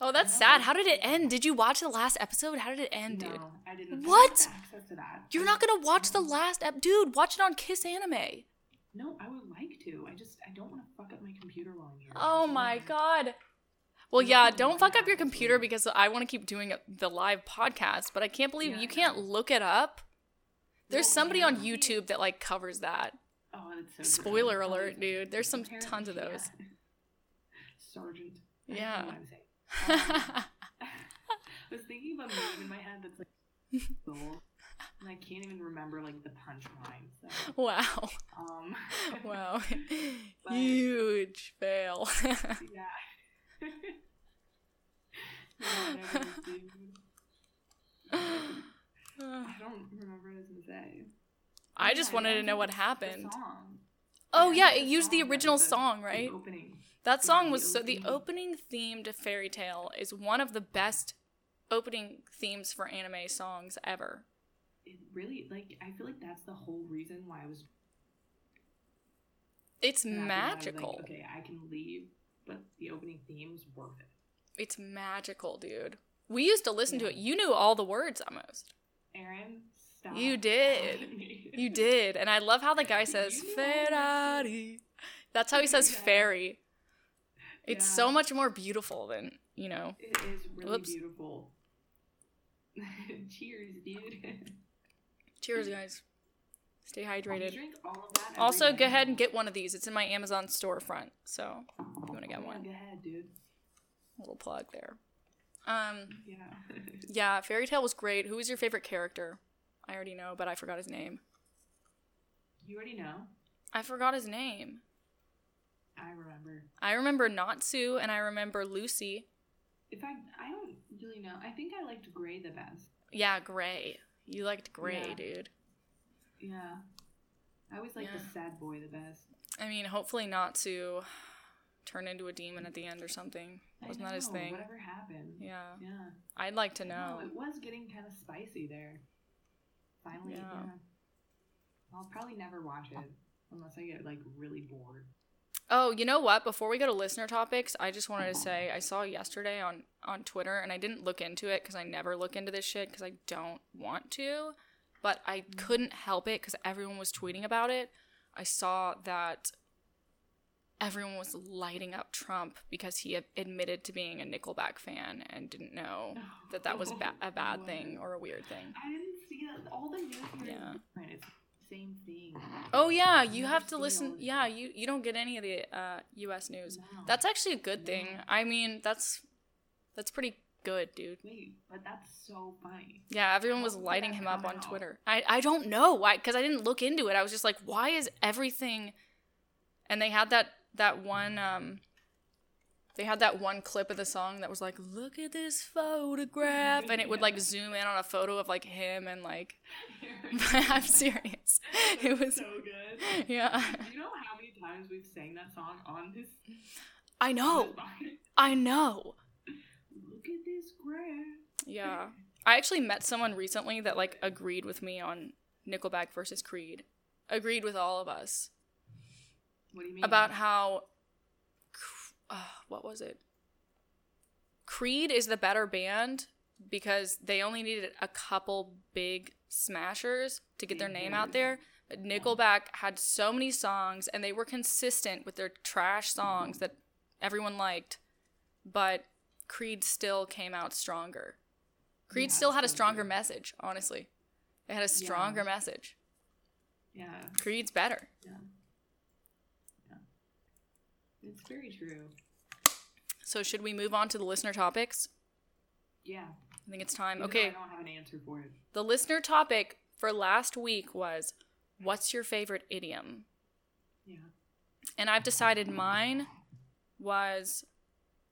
Speaker 1: oh, that's
Speaker 2: No.
Speaker 1: sad. How did it end? Did you watch the last episode? How did it end, dude?
Speaker 2: no, I didn't. I didn't
Speaker 1: What?
Speaker 2: have access to that.
Speaker 1: You're
Speaker 2: I
Speaker 1: not gonna watch the
Speaker 2: no.
Speaker 1: last ep, dude. Watch it on Kiss Anime.
Speaker 2: No, I would like to. I just I don't want to fuck up my computer while I'm here.
Speaker 1: Oh
Speaker 2: That's
Speaker 1: my
Speaker 2: all.
Speaker 1: god. Well,
Speaker 2: You're
Speaker 1: yeah,
Speaker 2: not gonna
Speaker 1: don't
Speaker 2: watch
Speaker 1: fuck
Speaker 2: it
Speaker 1: up your
Speaker 2: after you.
Speaker 1: computer because I want to keep doing the live podcast, but I can't believe
Speaker 2: Yeah,
Speaker 1: you
Speaker 2: I
Speaker 1: can't
Speaker 2: know.
Speaker 1: look it up. There's
Speaker 2: Well,
Speaker 1: somebody
Speaker 2: yeah,
Speaker 1: on
Speaker 2: I mean-
Speaker 1: YouTube that like covers that.
Speaker 2: Oh, that's so. great.
Speaker 1: Spoiler
Speaker 2: Oh,
Speaker 1: alert, dude. There's some
Speaker 2: apparently-
Speaker 1: tons of those.
Speaker 2: yeah. Sergeant. I don't know
Speaker 1: Yeah.
Speaker 2: what I'm saying. Um, I was thinking about a name in my head that's like soul, and I can't even remember like the punchline. So,
Speaker 1: wow.
Speaker 2: um,
Speaker 1: Wow.
Speaker 2: But-
Speaker 1: Huge fail.
Speaker 2: yeah. Yeah, whatever, dude. I don't remember what I was gonna say.
Speaker 1: I
Speaker 2: Yeah,
Speaker 1: just
Speaker 2: I
Speaker 1: wanted to
Speaker 2: don't
Speaker 1: know
Speaker 2: think
Speaker 1: what
Speaker 2: it's the
Speaker 1: happened.
Speaker 2: song.
Speaker 1: Oh
Speaker 2: Yeah,
Speaker 1: yeah,
Speaker 2: it's
Speaker 1: it used the
Speaker 2: song that
Speaker 1: original
Speaker 2: was the-
Speaker 1: song,
Speaker 2: the
Speaker 1: right?
Speaker 2: opening.
Speaker 1: That
Speaker 2: Yeah,
Speaker 1: song
Speaker 2: the
Speaker 1: was so the opening
Speaker 2: opening.
Speaker 1: theme to Fairy Tale is one of the best opening themes for anime songs ever.
Speaker 2: It really like I feel like that's the whole reason why I was
Speaker 1: It's
Speaker 2: happy that I was like,
Speaker 1: magical.
Speaker 2: okay, I can leave, but the opening theme's worth it.
Speaker 1: It's magical, dude. We used to listen to
Speaker 2: Yeah.
Speaker 1: it. You knew all the words almost.
Speaker 2: Aaron, stop.
Speaker 1: You did.
Speaker 2: yelling at me.
Speaker 1: You did. And I love how the guy says
Speaker 2: You knew all the words.
Speaker 1: Ferrari. That's how he says
Speaker 2: Yeah.
Speaker 1: fairy. It's so
Speaker 2: Yeah.
Speaker 1: much more beautiful than, you know.
Speaker 2: It is really
Speaker 1: Whoops.
Speaker 2: beautiful. Cheers, dude.
Speaker 1: Cheers, guys. Stay
Speaker 2: I
Speaker 1: hydrated.
Speaker 2: drink all of that. every
Speaker 1: Also,
Speaker 2: day.
Speaker 1: go ahead and get one of these. It's in my Amazon storefront. So, if you want to
Speaker 2: Yeah,
Speaker 1: get one.
Speaker 2: Go ahead, dude.
Speaker 1: little plug there. Um,
Speaker 2: Yeah.
Speaker 1: yeah, Fairy Tale was great. Who was your favorite character? I already know, but I forgot his name.
Speaker 2: you already know.
Speaker 1: I forgot his name.
Speaker 2: I remember.
Speaker 1: I remember Natsu and I remember Lucy.
Speaker 2: In fact, I don't really know. I think I liked Gray the best.
Speaker 1: Yeah, Gray. You liked Gray,
Speaker 2: Yeah.
Speaker 1: dude.
Speaker 2: Yeah. I always liked
Speaker 1: Yeah.
Speaker 2: the sad boy the best.
Speaker 1: I mean, hopefully Natsu turned into a demon at the end or something.
Speaker 2: I
Speaker 1: Wasn't that his
Speaker 2: know,
Speaker 1: thing?
Speaker 2: Whatever happened.
Speaker 1: Yeah.
Speaker 2: Yeah.
Speaker 1: I'd like to
Speaker 2: No,
Speaker 1: know.
Speaker 2: it was getting kind of spicy there. Finally, yeah.
Speaker 1: Yeah.
Speaker 2: I'll probably never watch it unless I get like really bored.
Speaker 1: Oh, you know what? Before we go to listener topics, I just wanted to say I saw yesterday on on Twitter, and I didn't look into it because I never look into this shit because I don't want to, but I couldn't help it because everyone was tweeting about it. I saw that everyone was lighting up Trump because he had admitted to being a Nickelback fan and didn't know that that was ba- a bad thing or a weird thing.
Speaker 2: I didn't see that. All the news here is
Speaker 1: Yeah.
Speaker 2: different. It's the same thing.
Speaker 1: Oh yeah,
Speaker 2: I
Speaker 1: you
Speaker 2: never
Speaker 1: have
Speaker 2: see
Speaker 1: to
Speaker 2: all
Speaker 1: listen.
Speaker 2: of
Speaker 1: Yeah,
Speaker 2: that.
Speaker 1: you you don't get any of the uh, U.S. news.
Speaker 2: No.
Speaker 1: That's actually a good thing.
Speaker 2: Yeah.
Speaker 1: I mean, that's that's pretty good, dude.
Speaker 2: wait, but that's so funny.
Speaker 1: Yeah, everyone was
Speaker 2: How did
Speaker 1: lighting
Speaker 2: that
Speaker 1: him up
Speaker 2: come
Speaker 1: on
Speaker 2: out?
Speaker 1: Twitter. I I don't know why cuz I didn't look into it. I was just like, why is everything and they had that that one um they had that one clip of the song that was like, "Look at this photograph," and it would like
Speaker 2: Yeah.
Speaker 1: zoom in on a photo of like him and like I'm serious. It
Speaker 2: That's
Speaker 1: was
Speaker 2: so good.
Speaker 1: yeah.
Speaker 2: Do you know how many times we've sang that song on this?
Speaker 1: I
Speaker 2: on this
Speaker 1: know.
Speaker 2: podcast?
Speaker 1: I know.
Speaker 2: Look at this grass.
Speaker 1: Yeah. I actually met someone recently that like agreed with me on Nickelback versus Creed. Agreed with all of us
Speaker 2: What do you mean
Speaker 1: about how Cr- uh, what was it? Creed is the better band because they only needed a couple big smashers to get their
Speaker 2: Big
Speaker 1: name
Speaker 2: hitters.
Speaker 1: out there. But Nickelback had so many songs and they were consistent with their trash
Speaker 2: Mm-hmm.
Speaker 1: songs that everyone liked, but Creed still came out stronger. Creed
Speaker 2: Yeah,
Speaker 1: still had a
Speaker 2: so
Speaker 1: stronger
Speaker 2: true.
Speaker 1: message, honestly. They had a
Speaker 2: Yeah.
Speaker 1: stronger message.
Speaker 2: Yeah,
Speaker 1: Creed's better.
Speaker 2: yeah, yeah. It's very true.
Speaker 1: So should we move on to the listener topics?
Speaker 2: Yeah.
Speaker 1: I think it's time.
Speaker 2: even though
Speaker 1: Okay.
Speaker 2: I don't have an answer for it.
Speaker 1: The listener topic for last week was what's your favorite idiom?
Speaker 2: Yeah.
Speaker 1: And I've decided mine was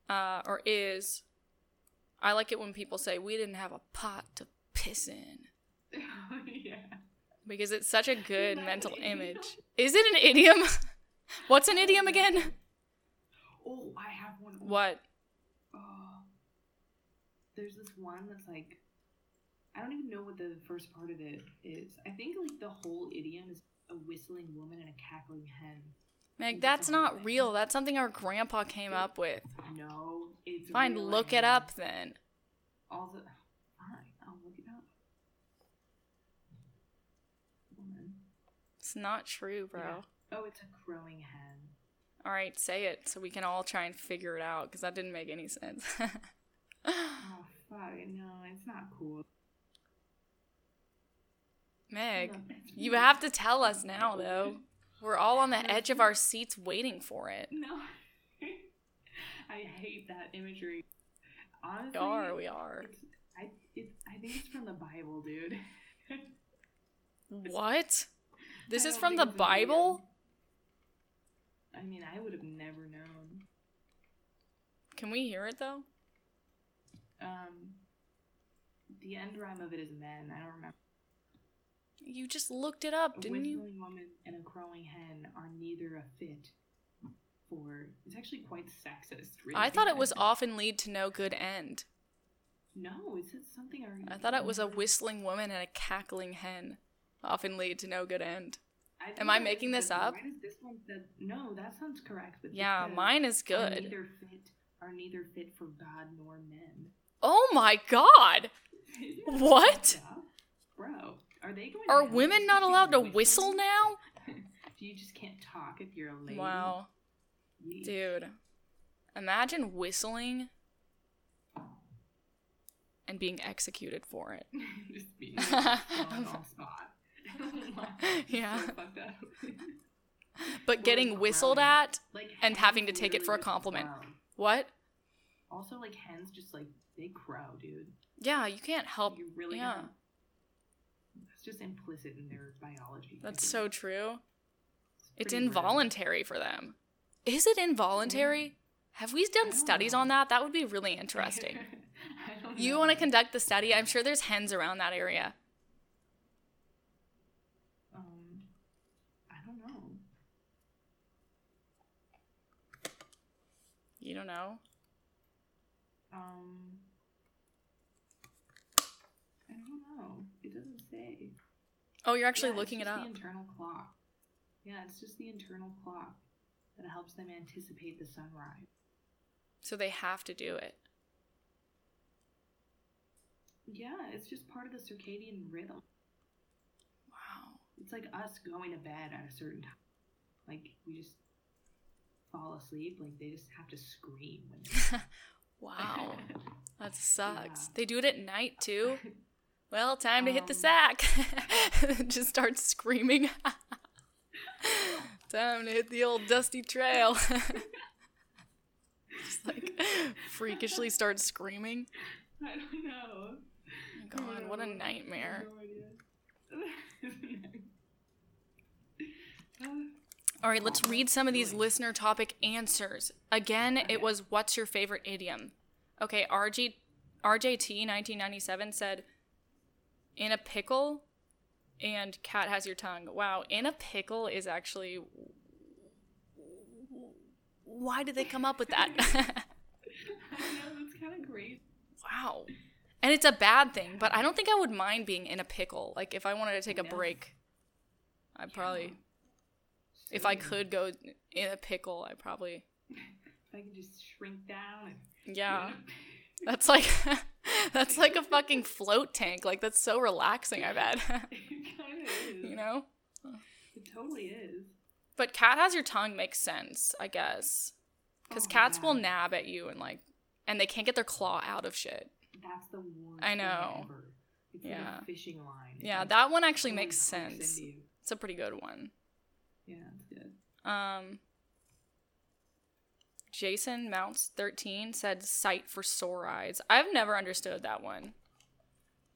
Speaker 1: uh, or is I like it when people say we didn't have a pot to piss in
Speaker 2: yeah.
Speaker 1: because it's such a good
Speaker 2: that
Speaker 1: mental
Speaker 2: an idiom?
Speaker 1: image. Is it an idiom? What's an idiom again?
Speaker 2: Oh, I have one.
Speaker 1: What?
Speaker 2: Oh. There's this one that's like, I don't even know what the first part of it is. I think like the whole idiom is a whistling woman and a cackling hen.
Speaker 1: Meg, that's not real. That's something our grandpa came up with.
Speaker 2: No, it's
Speaker 1: Fine,
Speaker 2: real, I
Speaker 1: look it
Speaker 2: know.
Speaker 1: up then.
Speaker 2: All the fine, I'll look it up. Woman.
Speaker 1: It's not true, bro.
Speaker 2: Yeah. Oh, it's a crowing hen.
Speaker 1: All right, say it so we can all try and figure it out because that didn't make any sense.
Speaker 2: Oh fuck, no, it's not cool.
Speaker 1: Meg,
Speaker 2: Hold on, it's
Speaker 1: you
Speaker 2: me.
Speaker 1: have to tell us now, though. We're all on the edge of our seats waiting for it.
Speaker 2: No. I hate that imagery. Honestly,
Speaker 1: We are, we are.
Speaker 2: It's, I, it's, I think it's from the Bible, dude.
Speaker 1: What? This
Speaker 2: I
Speaker 1: is
Speaker 2: don't
Speaker 1: from
Speaker 2: think
Speaker 1: the
Speaker 2: it's an
Speaker 1: Bible?
Speaker 2: idiom. I mean, I would have never known.
Speaker 1: Can we hear it, though?
Speaker 2: Um, the end rhyme of it is men. I don't remember.
Speaker 1: You just looked it up,
Speaker 2: A
Speaker 1: didn't you?
Speaker 2: whistling woman and a crowing hen are neither a fit for. It's actually quite sexist. Really.
Speaker 1: I thought it was often lead to no good end.
Speaker 2: No, is it something? Our,
Speaker 1: I thought it was
Speaker 2: Mm-hmm.
Speaker 1: a whistling woman and a cackling hen often lead to no good end.
Speaker 2: think
Speaker 1: am I
Speaker 2: that
Speaker 1: making
Speaker 2: is
Speaker 1: this
Speaker 2: the-
Speaker 1: up?
Speaker 2: Why does this one said, no, that sounds correct. But
Speaker 1: Yeah,
Speaker 2: because
Speaker 1: mine is
Speaker 2: are
Speaker 1: good.
Speaker 2: Neither fit are neither fit for God nor men.
Speaker 1: Oh my god! What?
Speaker 2: Bro, are they going?
Speaker 1: Are
Speaker 2: around
Speaker 1: women
Speaker 2: just
Speaker 1: not
Speaker 2: fucking
Speaker 1: allowed to
Speaker 2: whistling?
Speaker 1: whistle now?
Speaker 2: You just can't talk if you're a lady.
Speaker 1: Wow.
Speaker 2: Yeesh.
Speaker 1: Dude, imagine whistling and being executed for it.
Speaker 2: just being like, thrown off spot.
Speaker 1: Yeah.
Speaker 2: So fucked up.
Speaker 1: But getting whistled at?
Speaker 2: like
Speaker 1: And
Speaker 2: hens
Speaker 1: having to take it
Speaker 2: literally
Speaker 1: for a
Speaker 2: just
Speaker 1: compliment.
Speaker 2: crow.
Speaker 1: What?
Speaker 2: Also, like hens, just like they crow, dude.
Speaker 1: Yeah, you can't help.
Speaker 2: you really
Speaker 1: yeah.
Speaker 2: gotta- That's just implicit in their biology.
Speaker 1: That's
Speaker 2: I
Speaker 1: so
Speaker 2: think.
Speaker 1: true. It's
Speaker 2: pretty rude.
Speaker 1: involuntary for them. Is it involuntary? Have we
Speaker 2: I
Speaker 1: done
Speaker 2: don't
Speaker 1: studies
Speaker 2: know.
Speaker 1: on that? That would be really interesting.
Speaker 2: I don't
Speaker 1: you
Speaker 2: know.
Speaker 1: want to conduct the study? I'm sure there's hens around that area.
Speaker 2: Um, I don't know.
Speaker 1: You don't know?
Speaker 2: Um, I don't know. It doesn't say.
Speaker 1: Oh, you're actually
Speaker 2: Yeah,
Speaker 1: looking
Speaker 2: it's
Speaker 1: it
Speaker 2: just
Speaker 1: up.
Speaker 2: The internal clock. Yeah, it's just the internal clock that helps them anticipate the sunrise.
Speaker 1: so they have to do it.
Speaker 2: Yeah, it's just part of the circadian rhythm.
Speaker 1: Wow.
Speaker 2: It's like us going to bed at a certain time. Like we just fall asleep. Like they just have to scream. When they-
Speaker 1: Wow. That sucks.
Speaker 2: Yeah.
Speaker 1: They do it at night too. Well, time to hit the
Speaker 2: Um.
Speaker 1: sack. Just start screaming. time to hit the old dusty trail. Just like freakishly start screaming.
Speaker 2: I don't know.
Speaker 1: Oh God, what a nightmare.
Speaker 2: Uh,
Speaker 1: All right, let's read some of these
Speaker 2: Really?
Speaker 1: listener topic answers. Again,
Speaker 2: Okay.
Speaker 1: it was what's your favorite idiom? Okay, RG, RJT1997 said, in a pickle and cat has your tongue. Wow, in a pickle is actually. Why did they come up with that?
Speaker 2: That's kind of crazy.
Speaker 1: wow. And it's a bad thing, but I don't think I would mind being in a pickle. Like, if I wanted to take a
Speaker 2: No.
Speaker 1: break, I'd probably. If I could go in a pickle, I probably.
Speaker 2: if I could just shrink down. And
Speaker 1: Yeah. That's like that's like a fucking float tank. Like that's so relaxing, I bet.
Speaker 2: it kind of is.
Speaker 1: you know?
Speaker 2: It totally is.
Speaker 1: But cat has your tongue makes sense, I guess. Cuz
Speaker 2: Oh,
Speaker 1: cats will
Speaker 2: yeah.
Speaker 1: nab at you and like and they can't get their claw out of shit.
Speaker 2: That's the worst.
Speaker 1: I
Speaker 2: thing
Speaker 1: know.
Speaker 2: Ever. It's
Speaker 1: Yeah.
Speaker 2: like a fishing line. It's
Speaker 1: Yeah,
Speaker 2: like
Speaker 1: that one actually
Speaker 2: someone
Speaker 1: makes
Speaker 2: hooks into
Speaker 1: sense.
Speaker 2: you.
Speaker 1: It's a pretty good one.
Speaker 2: Yeah, it's good.
Speaker 1: Um Jason Mounts 13 said sight for sore eyes. I've never understood that one.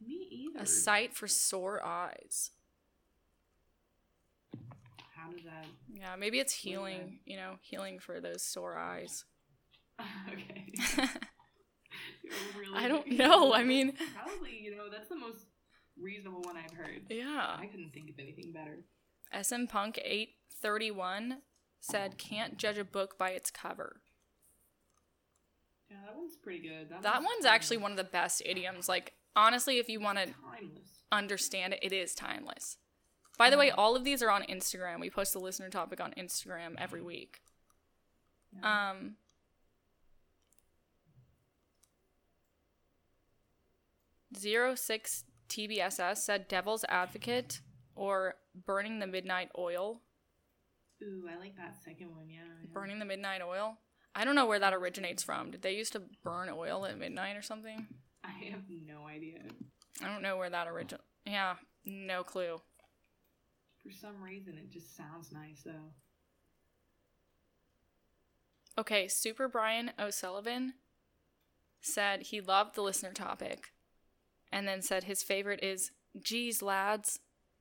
Speaker 2: Me either.
Speaker 1: A sight for sore eyes.
Speaker 2: How does that?
Speaker 1: Yeah, maybe it's
Speaker 2: do you mean?
Speaker 1: healing, you know, healing for those sore eyes.
Speaker 2: okay.
Speaker 1: I don't
Speaker 2: Really?
Speaker 1: know. I mean,
Speaker 2: Probably, you know, that's the most reasonable one I've heard.
Speaker 1: yeah.
Speaker 2: I couldn't think of anything better.
Speaker 1: SM Punk 831 said, "Can't judge a book by its cover."
Speaker 2: Yeah, that one's pretty good.
Speaker 1: That one's actually one of the best idioms. Like honestly, if you want to
Speaker 2: timeless.
Speaker 1: understand it, it is timeless. By the way, all of these are on Instagram. We post a listener topic on Instagram every week.
Speaker 2: Yeah.
Speaker 1: Um Zero six TBSS said "Devil's Advocate" or "Burning the Midnight Oil."
Speaker 2: Ooh, I like that second one. Yeah. yeah.
Speaker 1: Burning the midnight oil. I don't know where that originates from. Did they used to burn oil at midnight or something?
Speaker 2: I have no idea.
Speaker 1: I don't know where that origin. Yeah, no clue.
Speaker 2: For some reason, it just sounds nice though.
Speaker 1: Okay, Super Brian O'Sullivan said he loved the listener topic, and then said his favorite is "Geez, lads,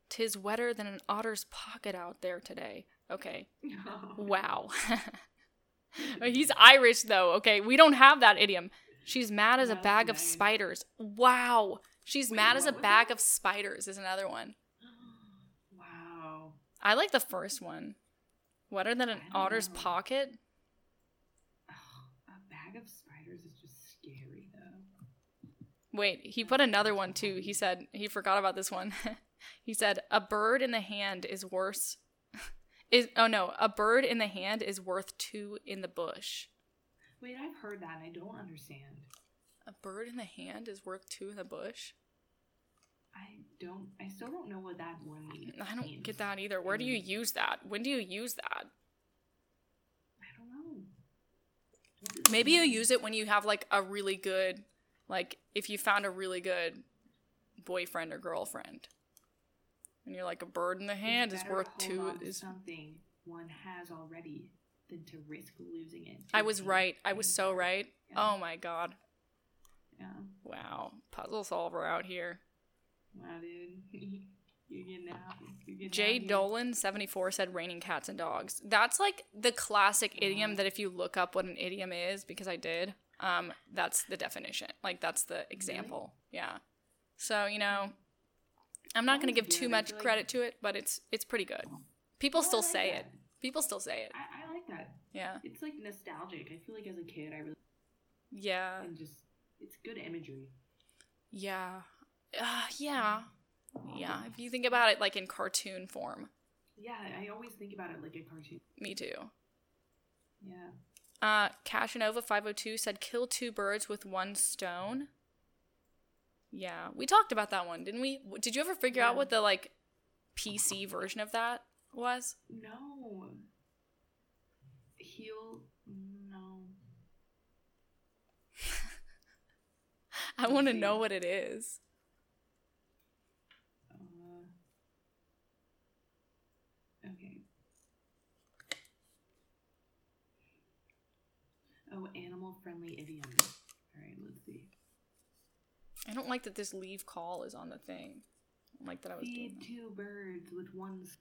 Speaker 1: 'tis wetter than an otter's pocket out there today." Okay, Wow. He's Irish though. Okay, we don't have that idiom. She's mad as a
Speaker 2: That's
Speaker 1: bag of
Speaker 2: nice.
Speaker 1: spiders. Wow. She's
Speaker 2: Wait,
Speaker 1: mad as a
Speaker 2: what was
Speaker 1: bag
Speaker 2: that?
Speaker 1: of spiders is another one.
Speaker 2: wow.
Speaker 1: I like the first one. Wetter than an
Speaker 2: I don't
Speaker 1: otter's
Speaker 2: know.
Speaker 1: pocket.
Speaker 2: Ugh, a bag of spiders is just scary though.
Speaker 1: Wait, he put another one too. He said he forgot about this one. he said a bird in the hand is worse is oh no, a bird in the hand is worth two in the bush.
Speaker 2: Wait, I've heard that. I don't understand.
Speaker 1: A bird in the hand is worth two in the bush?
Speaker 2: I don't. I still don't know what that one means.
Speaker 1: I don't get that either. Where do you
Speaker 2: Mm.
Speaker 1: use that? When do you use that?
Speaker 2: I don't know. What does
Speaker 1: Maybe you
Speaker 2: mean?
Speaker 1: use it when you have like a really good, like if you found a really good boyfriend or girlfriend, and you're like a bird in the
Speaker 2: It's
Speaker 1: hand is
Speaker 2: better
Speaker 1: worth
Speaker 2: to hold
Speaker 1: two.
Speaker 2: on to
Speaker 1: Is
Speaker 2: something one has already than to risk losing it.
Speaker 1: I was right. I was so right.
Speaker 2: Yeah.
Speaker 1: Oh my god!
Speaker 2: Yeah.
Speaker 1: Wow, puzzle solver out here.
Speaker 2: Wow, dude. You're getting out. You're getting
Speaker 1: Jay
Speaker 2: out here.
Speaker 1: Dolan seventy four said "raining cats and dogs." That's like the classic idiom
Speaker 2: Mhm.
Speaker 1: that if you look up what an idiom is, because I did, um, that's the definition. Like that's the example. Yeah. So you know, I'm not
Speaker 2: That
Speaker 1: gonna
Speaker 2: one's
Speaker 1: give
Speaker 2: good.
Speaker 1: too
Speaker 2: I
Speaker 1: much
Speaker 2: feel like-
Speaker 1: credit to it, but it's it's pretty good. People
Speaker 2: Oh, I
Speaker 1: still
Speaker 2: like
Speaker 1: say
Speaker 2: that.
Speaker 1: it. People still say it.
Speaker 2: I, I like that.
Speaker 1: Yeah.
Speaker 2: It's like nostalgic. I feel like as a kid, I really
Speaker 1: Yeah.
Speaker 2: and just it's good imagery.
Speaker 1: Yeah. Uh, yeah. Yeah. If you think about it, like in cartoon form,
Speaker 2: Yeah, I always think about it like a cartoon.
Speaker 1: me too.
Speaker 2: Yeah.
Speaker 1: Uh, Cashinova five hundred two said, "Kill two birds with one stone." Yeah, we talked about that one, didn't we? W- Did you ever figure out
Speaker 2: Yeah.
Speaker 1: what the like PC version of that was?
Speaker 2: No. Heal. No.
Speaker 1: I want to
Speaker 2: see.
Speaker 1: know what it is.
Speaker 2: Uh, okay. Oh, animal friendly idiom. All right, let's see.
Speaker 1: I don't like that this leave call is on the thing. I don't like that I was doing
Speaker 2: Feed
Speaker 1: that.
Speaker 2: two birds with one s-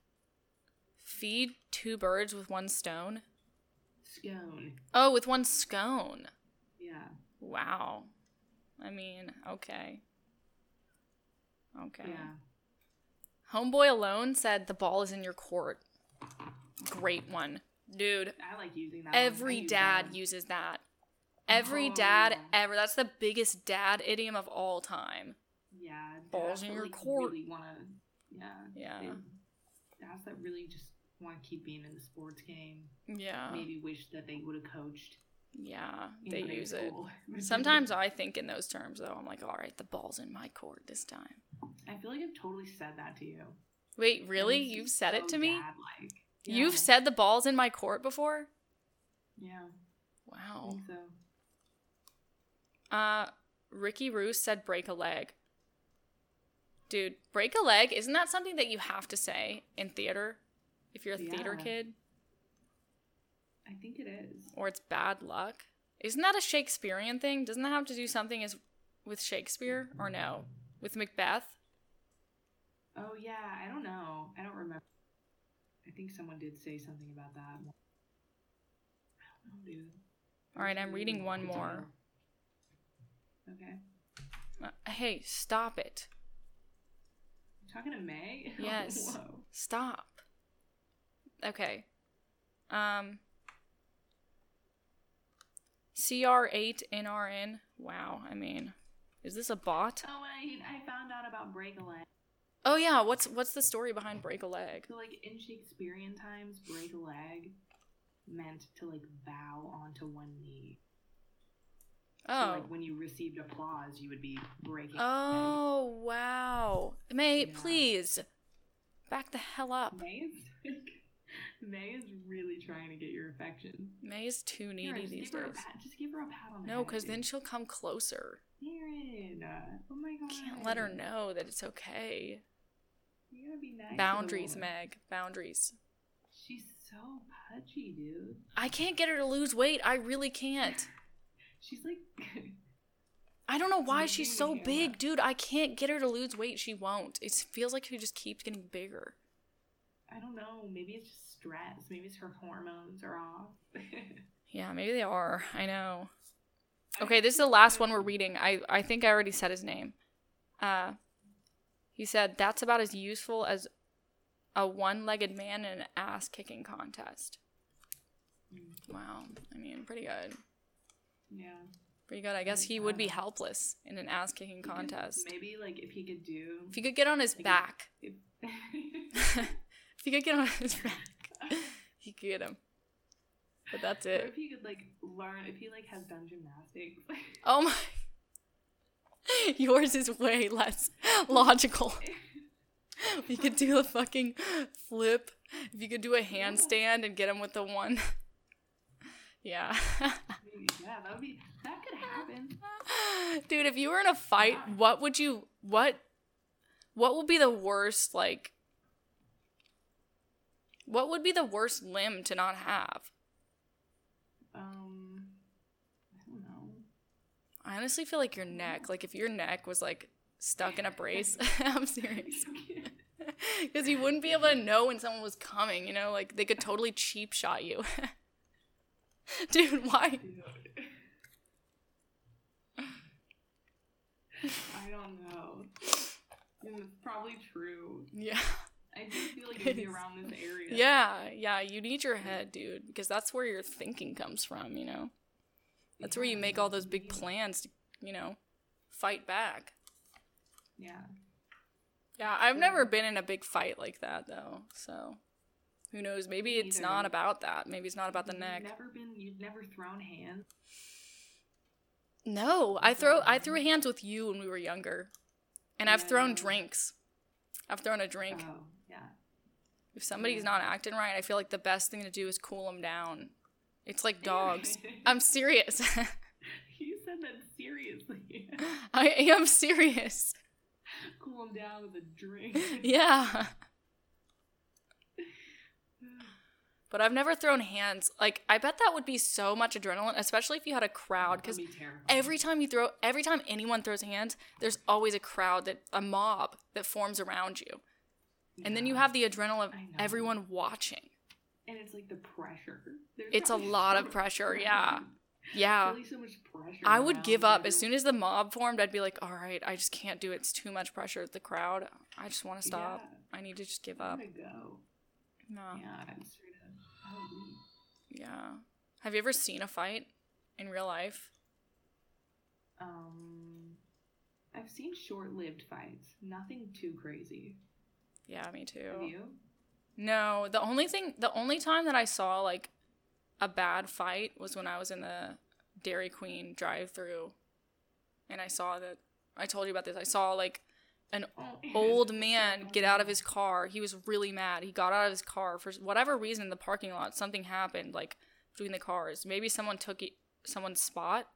Speaker 1: Feed two birds with one stone.
Speaker 2: scone.
Speaker 1: Oh, with one scone.
Speaker 2: Yeah.
Speaker 1: Wow. I mean, okay. Okay.
Speaker 2: Yeah.
Speaker 1: Homeboy alone said the ball is in your court. Great one. Dude,
Speaker 2: I like using that. one. I
Speaker 1: every
Speaker 2: use that
Speaker 1: dad
Speaker 2: one.
Speaker 1: uses that. Every
Speaker 2: Oh,
Speaker 1: dad
Speaker 2: yeah.
Speaker 1: ever. That's the biggest dad idiom of all time.
Speaker 2: Yeah.
Speaker 1: balls
Speaker 2: dads
Speaker 1: in
Speaker 2: that,
Speaker 1: your
Speaker 2: like,
Speaker 1: court.
Speaker 2: Really wanna, yeah.
Speaker 1: Yeah.
Speaker 2: they- Dads that really just want to keep being in the sports game.
Speaker 1: Yeah.
Speaker 2: Maybe wish that they would have coached.
Speaker 1: Yeah.
Speaker 2: in
Speaker 1: Uh-huh. They
Speaker 2: high
Speaker 1: use it.
Speaker 2: school.
Speaker 1: Sometimes I think in those terms though. I'm like, all right, the ball's in my court this time.
Speaker 2: I feel like I've totally said that to you.
Speaker 1: Wait, really?
Speaker 2: And it's
Speaker 1: You've
Speaker 2: just
Speaker 1: said it to
Speaker 2: so
Speaker 1: me?
Speaker 2: dad-like. Yeah.
Speaker 1: You've said the ball's in my court before?
Speaker 2: Yeah. I
Speaker 1: Wow.
Speaker 2: think so.
Speaker 1: Uh, Ricky Roos said break a leg. Dude, break a leg, isn't that something that you have to say in theater if you're a theater
Speaker 2: Yeah.
Speaker 1: kid
Speaker 2: I think it is.
Speaker 1: or it's bad luck? Isn't that a Shakespearean thing? Doesn't that have to do something as with Shakespeare or no? With Macbeth?
Speaker 2: Oh yeah. I don't know. I don't remember. I think someone did say something about that. I don't know, dude.
Speaker 1: All right, I'm reading one
Speaker 2: Good to
Speaker 1: more.
Speaker 2: know. Okay.
Speaker 1: Uh, hey, stop it.
Speaker 2: You talking to May?
Speaker 1: Yes.
Speaker 2: Whoa.
Speaker 1: Stop. Okay. Um, CR8NRN. Wow. I mean, is this a bot?
Speaker 2: Oh, wait, I found out about break a leg.
Speaker 1: Oh yeah. What's what's the story behind break a leg?
Speaker 2: So, like in Shakespearean times, break a leg meant to like bow onto one knee. So,
Speaker 1: Oh.
Speaker 2: like when you received applause, you would be breaking. a leg.
Speaker 1: Oh wow. May
Speaker 2: Yeah.
Speaker 1: please back the hell up.
Speaker 2: May is May is really trying to get your affection.
Speaker 1: May is too
Speaker 2: Here,
Speaker 1: needy
Speaker 2: just
Speaker 1: these
Speaker 2: give her a
Speaker 1: days.
Speaker 2: pat- just give her a pat on the
Speaker 1: No,
Speaker 2: head,
Speaker 1: because
Speaker 2: dude.
Speaker 1: then she'll come closer.
Speaker 2: Karen, uh, oh my god.
Speaker 1: Can't let her know that it's okay.
Speaker 2: You gotta be nice. to the
Speaker 1: Boundaries,
Speaker 2: woman.
Speaker 1: Meg. Boundaries.
Speaker 2: She's so pudgy, dude.
Speaker 1: I can't get her to lose weight. I really can't.
Speaker 2: She's like,
Speaker 1: I don't know why
Speaker 2: Maybe
Speaker 1: she's
Speaker 2: we
Speaker 1: so
Speaker 2: can hear
Speaker 1: big,
Speaker 2: that.
Speaker 1: dude. I can't get her to lose weight. She won't. It feels like she just keeps getting bigger.
Speaker 2: I don't know. Maybe it's just stress. Maybe it's her hormones are off.
Speaker 1: Yeah, maybe they are. I know. Okay, this is the last one we're reading. I, I think I already said his name. Uh, he said, That's about as useful as a one legged man in an ass kicking contest.
Speaker 2: Mm,
Speaker 1: Wow. I mean, pretty good.
Speaker 2: Yeah.
Speaker 1: Pretty good. I guess he would be helpless in an ass kicking
Speaker 2: He could-
Speaker 1: contest.
Speaker 2: Maybe like if he could do.
Speaker 1: If you could get on his
Speaker 2: Like a-
Speaker 1: back,
Speaker 2: if-
Speaker 1: if you could get on his back, you could get him. But that's
Speaker 2: or
Speaker 1: it.
Speaker 2: if he could like learn, if he like has done gymnastics,
Speaker 1: Oh my. Yours is way less logical. You could do a fucking flip. If you could do a handstand and get him with the one. Yeah.
Speaker 2: maybe, yeah, that would be that could happen.
Speaker 1: Dude, if you were in a fight,
Speaker 2: Yeah.
Speaker 1: what would you what what would be the worst like what would be the worst limb to not have?
Speaker 2: Um, I don't know.
Speaker 1: I honestly feel like your neck, like if your neck was like stuck in a brace, I'm serious. Because you wouldn't be able to know when someone was coming, you know? Like they could totally cheap shot you. Dude, why?
Speaker 2: Dude. I don't know. And it's probably true.
Speaker 1: Yeah.
Speaker 2: I do feel like it'd be around this area.
Speaker 1: Yeah, yeah, you need your head, dude, because that's where your thinking comes from, you know? That's where you make all those big plans to, you know, fight back.
Speaker 2: Yeah.
Speaker 1: Yeah, I've never been in a big fight like that, though, so. Who knows? Maybe
Speaker 2: Me
Speaker 1: it's
Speaker 2: neither. Mm,
Speaker 1: not about that. Maybe it's not about the neck.
Speaker 2: You've never been. You've never thrown hands.
Speaker 1: No, I throw I threw hands with you when we were younger, and I've thrown
Speaker 2: Yeah.
Speaker 1: drinks. I've thrown a drink.
Speaker 2: Oh, yeah.
Speaker 1: If somebody's
Speaker 2: Yeah.
Speaker 1: not acting right, I feel like the best thing to do is cool them down. It's like dogs. Um, I'm serious.
Speaker 2: you said that seriously.
Speaker 1: I am serious.
Speaker 2: cool him down with a drink.
Speaker 1: Yeah. But I've never thrown hands. Like I bet that would be so much adrenaline, especially if you had a crowd cuz
Speaker 2: That'd be terrifying.
Speaker 1: every time you throw every time anyone throws hands, there's always a crowd that a mob that forms around you. And then you
Speaker 2: Yeah.
Speaker 1: have the adrenaline of
Speaker 2: I know.
Speaker 1: everyone watching.
Speaker 2: And it's like the pressure. There's
Speaker 1: It's a
Speaker 2: always
Speaker 1: lot
Speaker 2: so
Speaker 1: of
Speaker 2: much
Speaker 1: pressure, yeah. Yeah.
Speaker 2: Really so much pressure
Speaker 1: I would
Speaker 2: around
Speaker 1: give up. As
Speaker 2: everyone.
Speaker 1: soon as the mob formed, I'd be like, all right, I just can't do it. It's too much pressure at the crowd. I just want to stop. I need to just give
Speaker 2: Yeah, I'm
Speaker 1: up.
Speaker 2: gonna go.
Speaker 1: No. Yeah.
Speaker 2: Yeah, I'm straight up. Um, I would leave.
Speaker 1: Have you ever seen a fight in real life?
Speaker 2: Um, I've seen short-lived fights. Nothing too crazy.
Speaker 1: Yeah, me
Speaker 2: Have
Speaker 1: too.
Speaker 2: you?
Speaker 1: No, the only thing, the only time that I saw like a bad fight was when I was in the Dairy Queen drive through and I saw that, I told you about this. I saw like
Speaker 2: Oh,
Speaker 1: old man get out of his car. He was really mad. He got out of his car for whatever reason in the parking lot. Something happened like between the cars. Maybe someone took e- someone's spot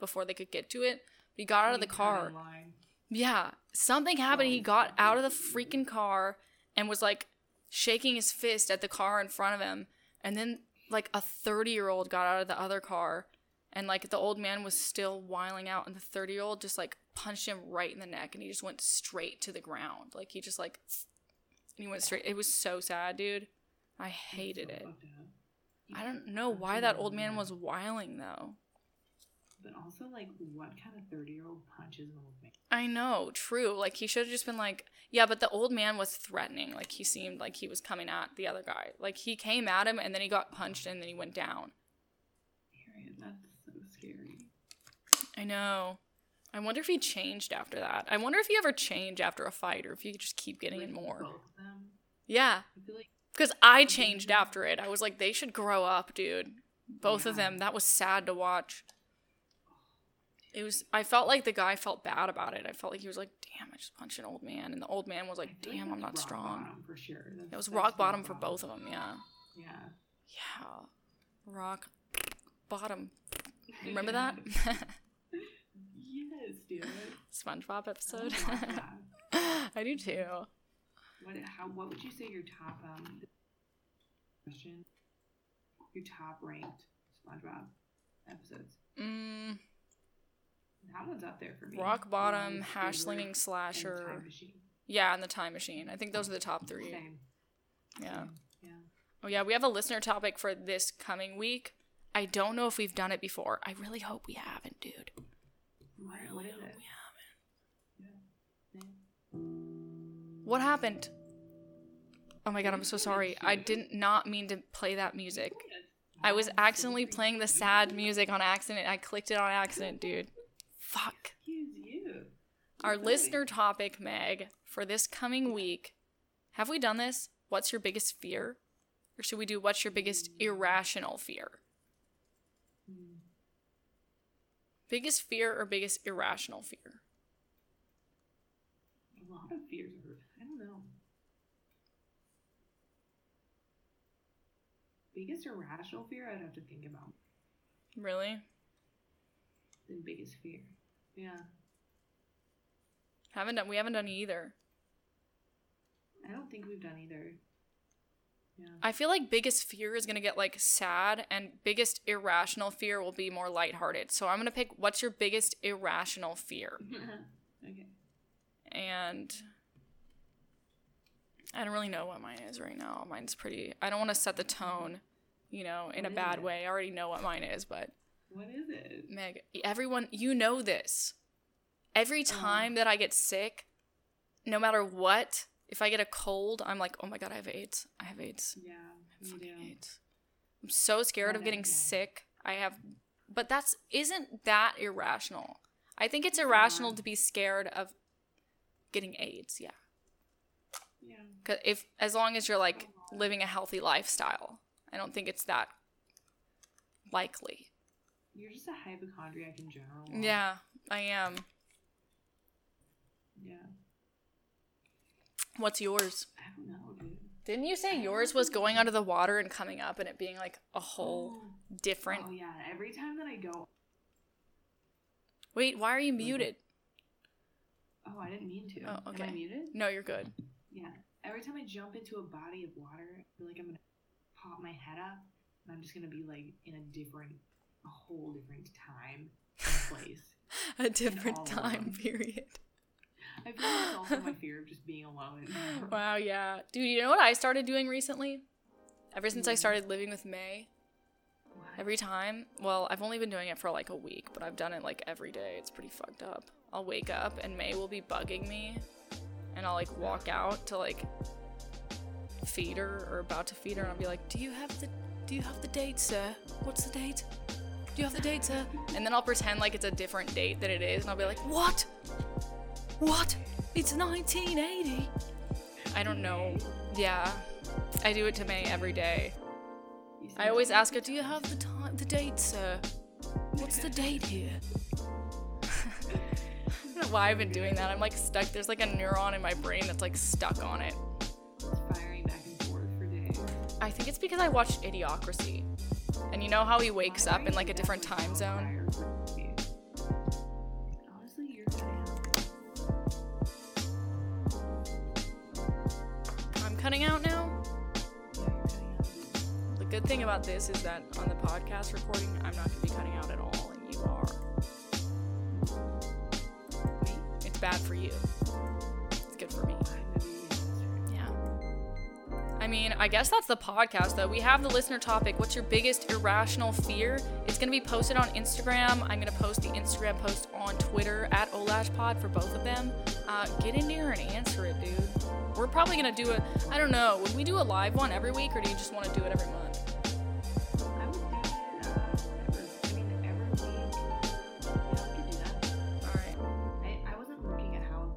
Speaker 1: before they could get to it. But he got out of the
Speaker 2: Leave that
Speaker 1: car.
Speaker 2: online.
Speaker 1: Yeah, something happened. He got out of the freaking car and was like shaking his fist at the car in front of him. And then like a 30-year-old got out of the other car and like the old man was still whiling out and the 30-year-old just like punched him right in the neck and he just went straight to the ground. Like he just like and he went straight. It was so sad, dude. I hated
Speaker 2: So
Speaker 1: it.
Speaker 2: fucked up.
Speaker 1: I don't know why that old man was whiling though.
Speaker 2: but also like what kind of 30 year old punches an old man?
Speaker 1: I know, true. Like he should have just been like, yeah, but the old man was threatening. Like he seemed like he was coming at the other guy. Like he came at him and then he got punched and then he went down.
Speaker 2: Period. That's so scary.
Speaker 1: I know. I wonder if he changed after that. I wonder if he ever changed after a fight or if he just keep getting
Speaker 2: like,
Speaker 1: in more.
Speaker 2: Both of them.
Speaker 1: Yeah,
Speaker 2: I feel like
Speaker 1: because I changed after it. I was like, they should grow up, dude. Both of
Speaker 2: Yeah.
Speaker 1: them. That was sad to watch. It was. I felt like the guy felt bad about it. I felt like he was like, damn, I just punched an old man, and the old man was
Speaker 2: I
Speaker 1: like,
Speaker 2: feel like
Speaker 1: damn, I'm
Speaker 2: that's
Speaker 1: not
Speaker 2: rock
Speaker 1: strong.
Speaker 2: bottom for sure. That's-
Speaker 1: It was
Speaker 2: that's
Speaker 1: rock
Speaker 2: so
Speaker 1: bottom for
Speaker 2: bottom.
Speaker 1: both of them. Yeah.
Speaker 2: Yeah.
Speaker 1: Yeah. Rock bottom. Remember that?
Speaker 2: yes, dude.
Speaker 1: SpongeBob
Speaker 2: So
Speaker 1: episode. I do too.
Speaker 2: what how what would you say your top um question? Your top ranked SpongeBob episodes.
Speaker 1: Mm,
Speaker 2: That one's up there for me.
Speaker 1: rock bottom,
Speaker 2: Mine,
Speaker 1: hash
Speaker 2: Squidward,
Speaker 1: slinging
Speaker 2: and Time
Speaker 1: slasher.
Speaker 2: Machine.
Speaker 1: Yeah, and the time machine. I think those are the top three.
Speaker 2: Same.
Speaker 1: Yeah.
Speaker 2: same, Yeah.
Speaker 1: Oh yeah, we have a listener topic for this coming week. I don't know if we've done it before. I really hope we haven't, dude.
Speaker 2: What, what
Speaker 1: Really
Speaker 2: is
Speaker 1: hope we
Speaker 2: it?
Speaker 1: haven't.
Speaker 2: Yeah.
Speaker 1: What happened? Oh my god, I'm so sorry. I did not mean to play that music. I was
Speaker 2: Wow, so
Speaker 1: accidentally
Speaker 2: freaking
Speaker 1: playing the sad music on accident. I clicked it on accident, dude. Fuck.
Speaker 2: Excuse you.
Speaker 1: Our
Speaker 2: Sorry.
Speaker 1: listener topic, Meg, for this coming week. Have we done this? What's your biggest fear? Or should we do what's your biggest irrational fear?
Speaker 2: Hmm.
Speaker 1: Biggest fear or biggest irrational fear?
Speaker 2: A lot of fears are, I don't know. Biggest irrational fear, I'd have to think about.
Speaker 1: Really?
Speaker 2: The biggest fear. Yeah.
Speaker 1: Haven't done we haven't done either.
Speaker 2: I don't think we've done either. Yeah.
Speaker 1: I feel like biggest fear is gonna get like sad and biggest irrational fear will be more lighthearted. So I'm gonna pick what's your biggest irrational fear?
Speaker 2: okay.
Speaker 1: and I don't really know what mine is right now. Mine's pretty. I don't want to set the tone, you know, in a
Speaker 2: What is
Speaker 1: bad
Speaker 2: it?
Speaker 1: way. I already know what mine is, but
Speaker 2: What is it?
Speaker 1: Meg, everyone, you know this. Every
Speaker 2: Uh-huh.
Speaker 1: time that I get sick, no matter what, if I get a cold, I'm like, oh my god, I have AIDS. I have AIDS.
Speaker 2: Yeah.
Speaker 1: I
Speaker 2: You
Speaker 1: fucking
Speaker 2: do.
Speaker 1: AIDS. I'm so scared of
Speaker 2: Not
Speaker 1: getting
Speaker 2: everything.
Speaker 1: sick. I have, but that's isn't that irrational? I think it's
Speaker 2: It's
Speaker 1: irrational
Speaker 2: not.
Speaker 1: to be scared of getting AIDS. Yeah.
Speaker 2: Yeah.
Speaker 1: 'Cause if as long as you're like living a healthy lifestyle, I don't think it's that likely.
Speaker 2: You're just a hypochondriac in general.
Speaker 1: Yeah, I am.
Speaker 2: Yeah.
Speaker 1: What's yours?
Speaker 2: I don't know, dude.
Speaker 1: Didn't you say yours was going under the water and coming up and it being like a whole different?
Speaker 2: Oh yeah. Every time that I go,
Speaker 1: Wait, why are you muted?
Speaker 2: oh, I didn't mean to.
Speaker 1: Oh,
Speaker 2: Am
Speaker 1: okay.
Speaker 2: I muted?
Speaker 1: No, you're good.
Speaker 2: Yeah. Every time I jump into a body of water, I feel like I'm gonna pop my head up, and I'm just gonna be like in a different, a whole different time and place.
Speaker 1: A different
Speaker 2: all of
Speaker 1: time
Speaker 2: them.
Speaker 1: period.
Speaker 2: I feel like it's also my fear of just being alone.
Speaker 1: Wow, yeah. Dude, you know what I started doing recently? Ever since I
Speaker 2: Hmm.
Speaker 1: started living with May,
Speaker 2: What?
Speaker 1: Every time, well, I've only been doing it for like a week, but I've done it like every day. It's pretty fucked up. I'll wake up and May will be bugging me, and I'll like walk out to like feed her or about to feed her, and I'll be like, "Do you have the Do you have the date, sir? What's the date? Do you have the date, sir?" And then I'll pretend like it's a different date than it is, and I'll be like, "What? What? It's 1980." I don't know. Yeah, I do it to May every day.
Speaker 2: You seem
Speaker 1: I always
Speaker 2: like-
Speaker 1: ask her, "Do you have the time, the date, sir? What's the date here?" I don't know why I've been doing that. I'm like stuck. There's like a neuron in my brain that's like stuck on it.
Speaker 2: It's firing back and forth for days.
Speaker 1: I think it's because I watched Idiocracy, and you know how he wakes
Speaker 2: My
Speaker 1: up in
Speaker 2: brain
Speaker 1: like a
Speaker 2: is
Speaker 1: different
Speaker 2: definitely
Speaker 1: time
Speaker 2: on
Speaker 1: zone.
Speaker 2: fire for days. Honestly, you're gonna have-
Speaker 1: I'm cutting out now.
Speaker 2: yeah, you're gonna have to-
Speaker 1: The good thing about this is that on the podcast recording, I'm not gonna be cutting out at all, and you are. It's bad for you. It's good for me.
Speaker 2: I'm gonna be an answer.
Speaker 1: Yeah. I mean, I guess that's the podcast, though. We have the listener topic. What's your biggest irrational fear? It's going to be posted on Instagram. I'm going to post the Instagram post on Twitter at OlashPod for both of them. Uh, get in there and answer it, dude. We're probably going to do a, I don't know, would we do a live one every week or do you just want to do it every month?
Speaker 2: I would do it, uh, every, I mean, every week. Yeah, we could do that.
Speaker 1: All right.
Speaker 2: I, I wasn't looking at how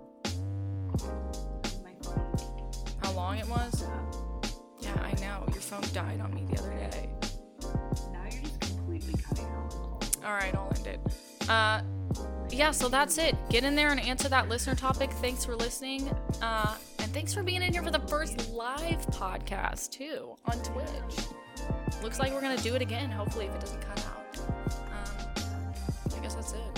Speaker 2: um, my phone
Speaker 1: How long it
Speaker 2: was
Speaker 1: was?
Speaker 2: up.
Speaker 1: Yeah, I know. Your phone died on me the other day.
Speaker 2: Now you're just completely cutting out. the call.
Speaker 1: All right, I'll end it. Uh, yeah, so that's it. Get in there and answer that listener topic. Thanks for listening. Uh, and thanks for being in here for the first live podcast, too, on Twitch. Looks like we're going to do it again, hopefully, if it doesn't cut out. Um, I guess that's it.